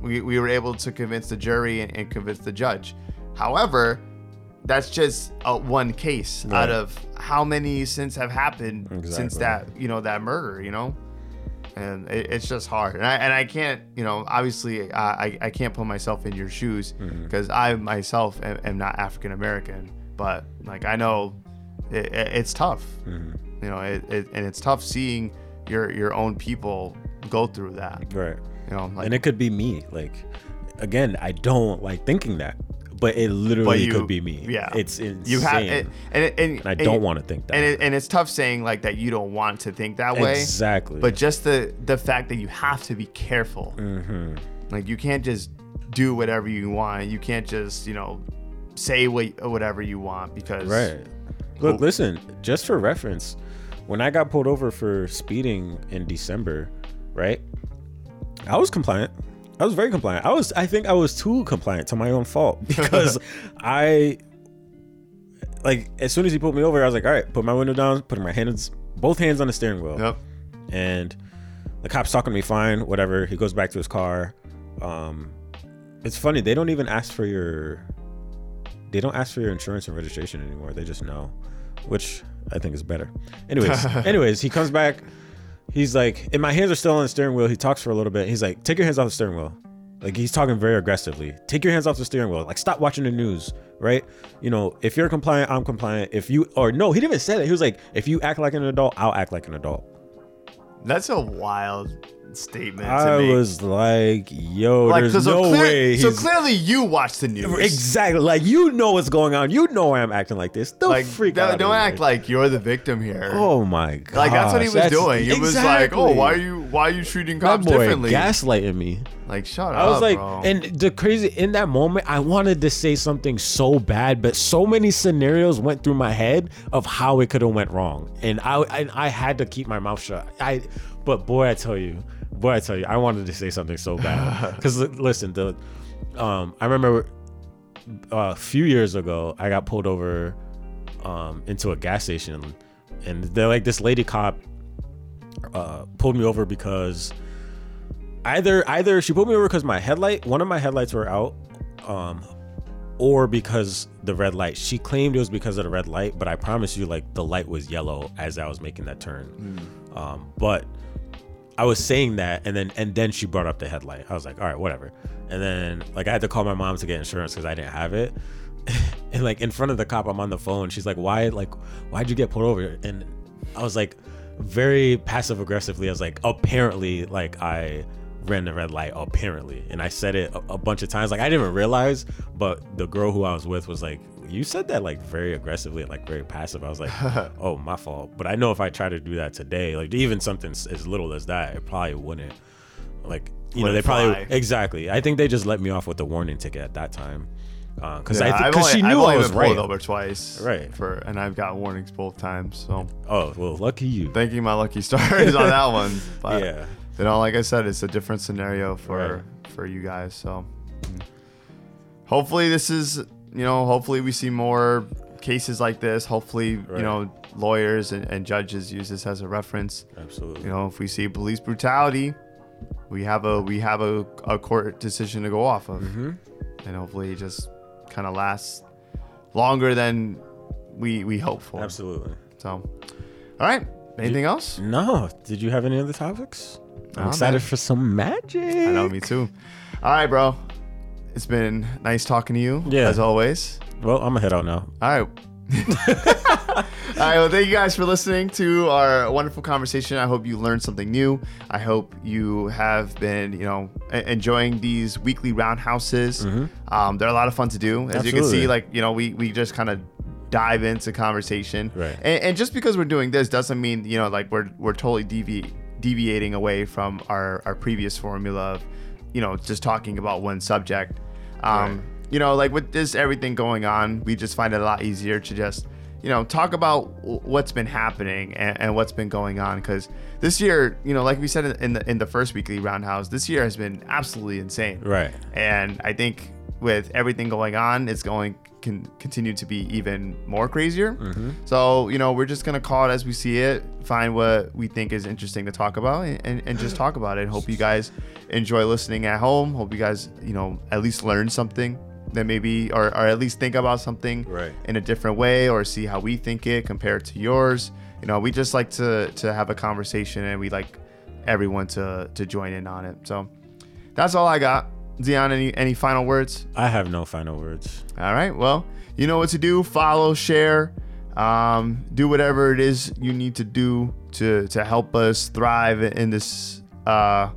Speaker 2: we, we were able to convince the jury and, and convince the judge. However, that's just uh, one case out of how many since have happened since
Speaker 3: Exactly.
Speaker 2: that you know that murder, you know, and it, it's just hard. And I and I can't, you know, obviously I I, I can't put myself in your shoes because I myself am, am not African American, but like I know it, it, it's tough, you know, it, it, and it's tough seeing your your own people go through that,
Speaker 3: right
Speaker 2: you know, like
Speaker 3: and it could be me like again i don't like thinking that but it
Speaker 2: but
Speaker 3: literally
Speaker 2: you
Speaker 3: could be me
Speaker 2: Yeah,
Speaker 3: it's insane
Speaker 2: You have and and, and,
Speaker 3: I don't wanna think that.
Speaker 2: And it, and it's tough saying like that you don't want to think that way.
Speaker 3: exactly
Speaker 2: But just the the fact that you have to be careful.
Speaker 3: Mm-hmm.
Speaker 2: Like you can't just do whatever you want. You can't just you know say what, whatever you want because
Speaker 3: Right. Look, listen, just for reference, when I got pulled over for speeding in December, right? I was compliant. I was very compliant. I was I think I was too compliant to my own
Speaker 2: [LAUGHS]
Speaker 3: fault [LAUGHS] because I like as soon as he pulled me over, I was like, all right, put my window down, putting my hands both hands on the steering wheel
Speaker 2: Yep.
Speaker 3: and the cop's talking to me fine whatever he goes back to his car um it's funny they don't even ask for your they don't ask for your insurance and registration anymore they just know which i think is better anyways anyways he comes back he's like and my hands are still on the steering wheel he talks for a little bit he's like take your hands off the steering wheel like he's talking very aggressively take your hands off the steering wheel like stop watching the news right you know if you're compliant i'm compliant if you or no he didn't even say that he was like if you act like an adult i'll act like an adult
Speaker 2: That's a wild statement. To
Speaker 3: I
Speaker 2: make.
Speaker 3: was like, yo,
Speaker 2: like
Speaker 3: there's
Speaker 2: 'cause so
Speaker 3: no
Speaker 2: clear-
Speaker 3: way.
Speaker 2: So
Speaker 3: He's
Speaker 2: clearly you watch the news.
Speaker 3: exactly like you know what's going on. You know why I'm acting like this. The
Speaker 2: Like
Speaker 3: freak
Speaker 2: don't,
Speaker 3: out of
Speaker 2: don't
Speaker 3: me.
Speaker 2: act like you're the victim here.
Speaker 3: Oh my god!
Speaker 2: Like that's what he was doing. He was like, "Oh, why are you why are you treating cops
Speaker 3: boy
Speaker 2: differently?"
Speaker 3: gaslighting me?"
Speaker 2: Like shut up.
Speaker 3: I was like,
Speaker 2: bro.
Speaker 3: and the crazy in that moment, I wanted to say something so bad, but so many scenarios went through my head of how it could have went wrong, and I and I had to keep my mouth shut. I, but boy, I tell you, boy, I tell you, I wanted to say something
Speaker 2: [LAUGHS]
Speaker 3: so bad because listen, the, um, I remember uh, a few years ago, I got pulled over, um, into a gas station, and they're like, this lady cop, uh, pulled me over because either either she pulled me over because my headlight one of my headlights were out um or because the red light she claimed it was because of the red light but i promise you like the light was yellow as i was making that turn um but i was saying that and then and then she brought up the headlight i was like all right whatever [LAUGHS] and then like i had to call my mom to get insurance because i didn't have it and and like in front of the cop, I'm on the phone. She's like, "Why? Like, why'd you get pulled over?" And I was like, very passive aggressively. I was like, "Apparently, like I ran the red light. Apparently," and I said it a, a bunch of times. Like I didn't even realize, but the girl who I was with was like, "You said that like very aggressively and like very passive." I
Speaker 2: [LAUGHS]
Speaker 3: was like, "Oh, my fault." But I know if I try to do that today, like even something s- as little as that, it probably wouldn't. Like you know,
Speaker 2: Wouldn't
Speaker 3: they probably
Speaker 2: fly.
Speaker 3: exactly. I think they just let me off with the warning ticket at that time because
Speaker 2: Yeah,
Speaker 3: Uh, I
Speaker 2: I've
Speaker 3: because
Speaker 2: only-
Speaker 3: she
Speaker 2: I've
Speaker 3: knew
Speaker 2: only
Speaker 3: I was
Speaker 2: been pulled
Speaker 3: right.
Speaker 2: over twice,
Speaker 3: Right.
Speaker 2: For and I've got warnings both times.
Speaker 3: [LAUGHS]
Speaker 2: So
Speaker 3: Oh well, lucky you.
Speaker 2: thanking my lucky stars on that
Speaker 3: [LAUGHS]
Speaker 2: one. But
Speaker 3: Yeah.
Speaker 2: you know, like I said, it's a different scenario for for you guys. So mm. hopefully this is you know, hopefully we see more cases like this. Hopefully,
Speaker 3: Right.
Speaker 2: you know, lawyers and, and judges use this as a reference.
Speaker 3: Absolutely.
Speaker 2: You know, if we see police brutality, we have a we have a, a court decision to go off of. And hopefully it just kind of lasts longer than we we hope for.
Speaker 3: Absolutely.
Speaker 2: So all right. Anything else?
Speaker 3: No. Did you have any other topics? I'm
Speaker 2: Nah,
Speaker 3: excited
Speaker 2: man.
Speaker 3: for some magic.
Speaker 2: I know, me too. All right, bro. It's been nice talking to you,
Speaker 3: Yeah.
Speaker 2: as always.
Speaker 3: Well, I'm gonna head out now.
Speaker 2: All
Speaker 3: [LAUGHS]
Speaker 2: right. All right. Well, thank you guys for listening to our wonderful conversation. I hope you learned something new. I hope you have been, you know, e- enjoying these weekly roundhouses. Um, they're a lot of fun to do. As you can
Speaker 3: Mm-hmm. Absolutely.
Speaker 2: see, like you know, we we just kind of dive into conversation.
Speaker 3: Right.
Speaker 2: And, and just because we're doing this doesn't mean you know, like we're we're totally devi- deviating away from our our previous formula of, you know, just talking about one subject. Um,
Speaker 3: Right.
Speaker 2: you know, like with this everything going on, we just find it a lot easier to just, you know, talk about w- what's been happening and, and what's been going on. Because this year, you know, like we said in the in the first weekly roundhouse, this year has been absolutely insane.
Speaker 3: Right.
Speaker 2: And I think with everything going on, it's going can continue to be even more crazier. So you know, we're just gonna call it as we see it, find what we think is interesting to talk about, and, and, and just talk about it. Hope you guys enjoy listening at home. Hope you guys you know at least learn something that maybe or, or at least think about something
Speaker 3: Right.
Speaker 2: in a different way or see how we think it compared to yours. You know, we just like to to have a conversation and we like everyone to to join in on it. So that's all I got. Dion, any any final words?
Speaker 3: I have no final words.
Speaker 2: All right. Well, you know what to do. Follow, share, um, do whatever it is you need to do to to help us thrive in this uh,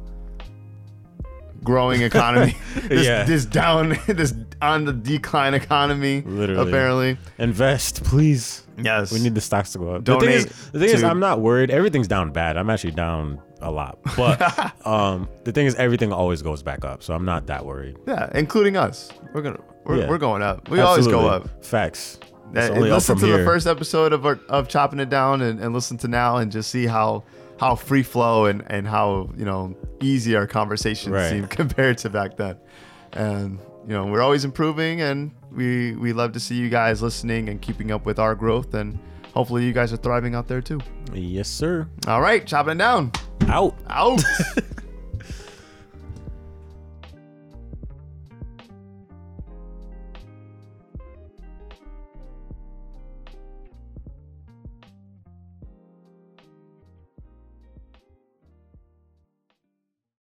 Speaker 2: growing
Speaker 3: [LAUGHS]
Speaker 2: economy. this,
Speaker 3: Yeah.
Speaker 2: This down, [LAUGHS] this on the decline economy.
Speaker 3: Literally.
Speaker 2: Apparently.
Speaker 3: Invest, please.
Speaker 2: Yes.
Speaker 3: We need the stocks to go up. the
Speaker 2: Donate
Speaker 3: thing is, the thing is,
Speaker 2: to-
Speaker 3: I'm not worried. Everything's down bad. I'm actually down a lot.
Speaker 2: [LAUGHS]
Speaker 3: But um, the thing is, everything always goes back up. So I'm not that worried.
Speaker 2: Yeah, including us. We're gonna we're,
Speaker 3: Yeah.
Speaker 2: we're going up. We always go
Speaker 3: Absolutely.
Speaker 2: up.
Speaker 3: Facts. It's
Speaker 2: And
Speaker 3: only up
Speaker 2: listen
Speaker 3: from
Speaker 2: to the
Speaker 3: here.
Speaker 2: first episode of our, of chopping it down and, and listen to now and just see how how free flow and and how you know easy our conversations
Speaker 3: Right.
Speaker 2: seem [LAUGHS] compared to back then and you know we're always improving and we we love to see you guys listening and keeping up with our growth and hopefully you guys are thriving out there too
Speaker 3: Yes, sir.
Speaker 2: all right chopping it down
Speaker 3: Out.
Speaker 2: out [LAUGHS]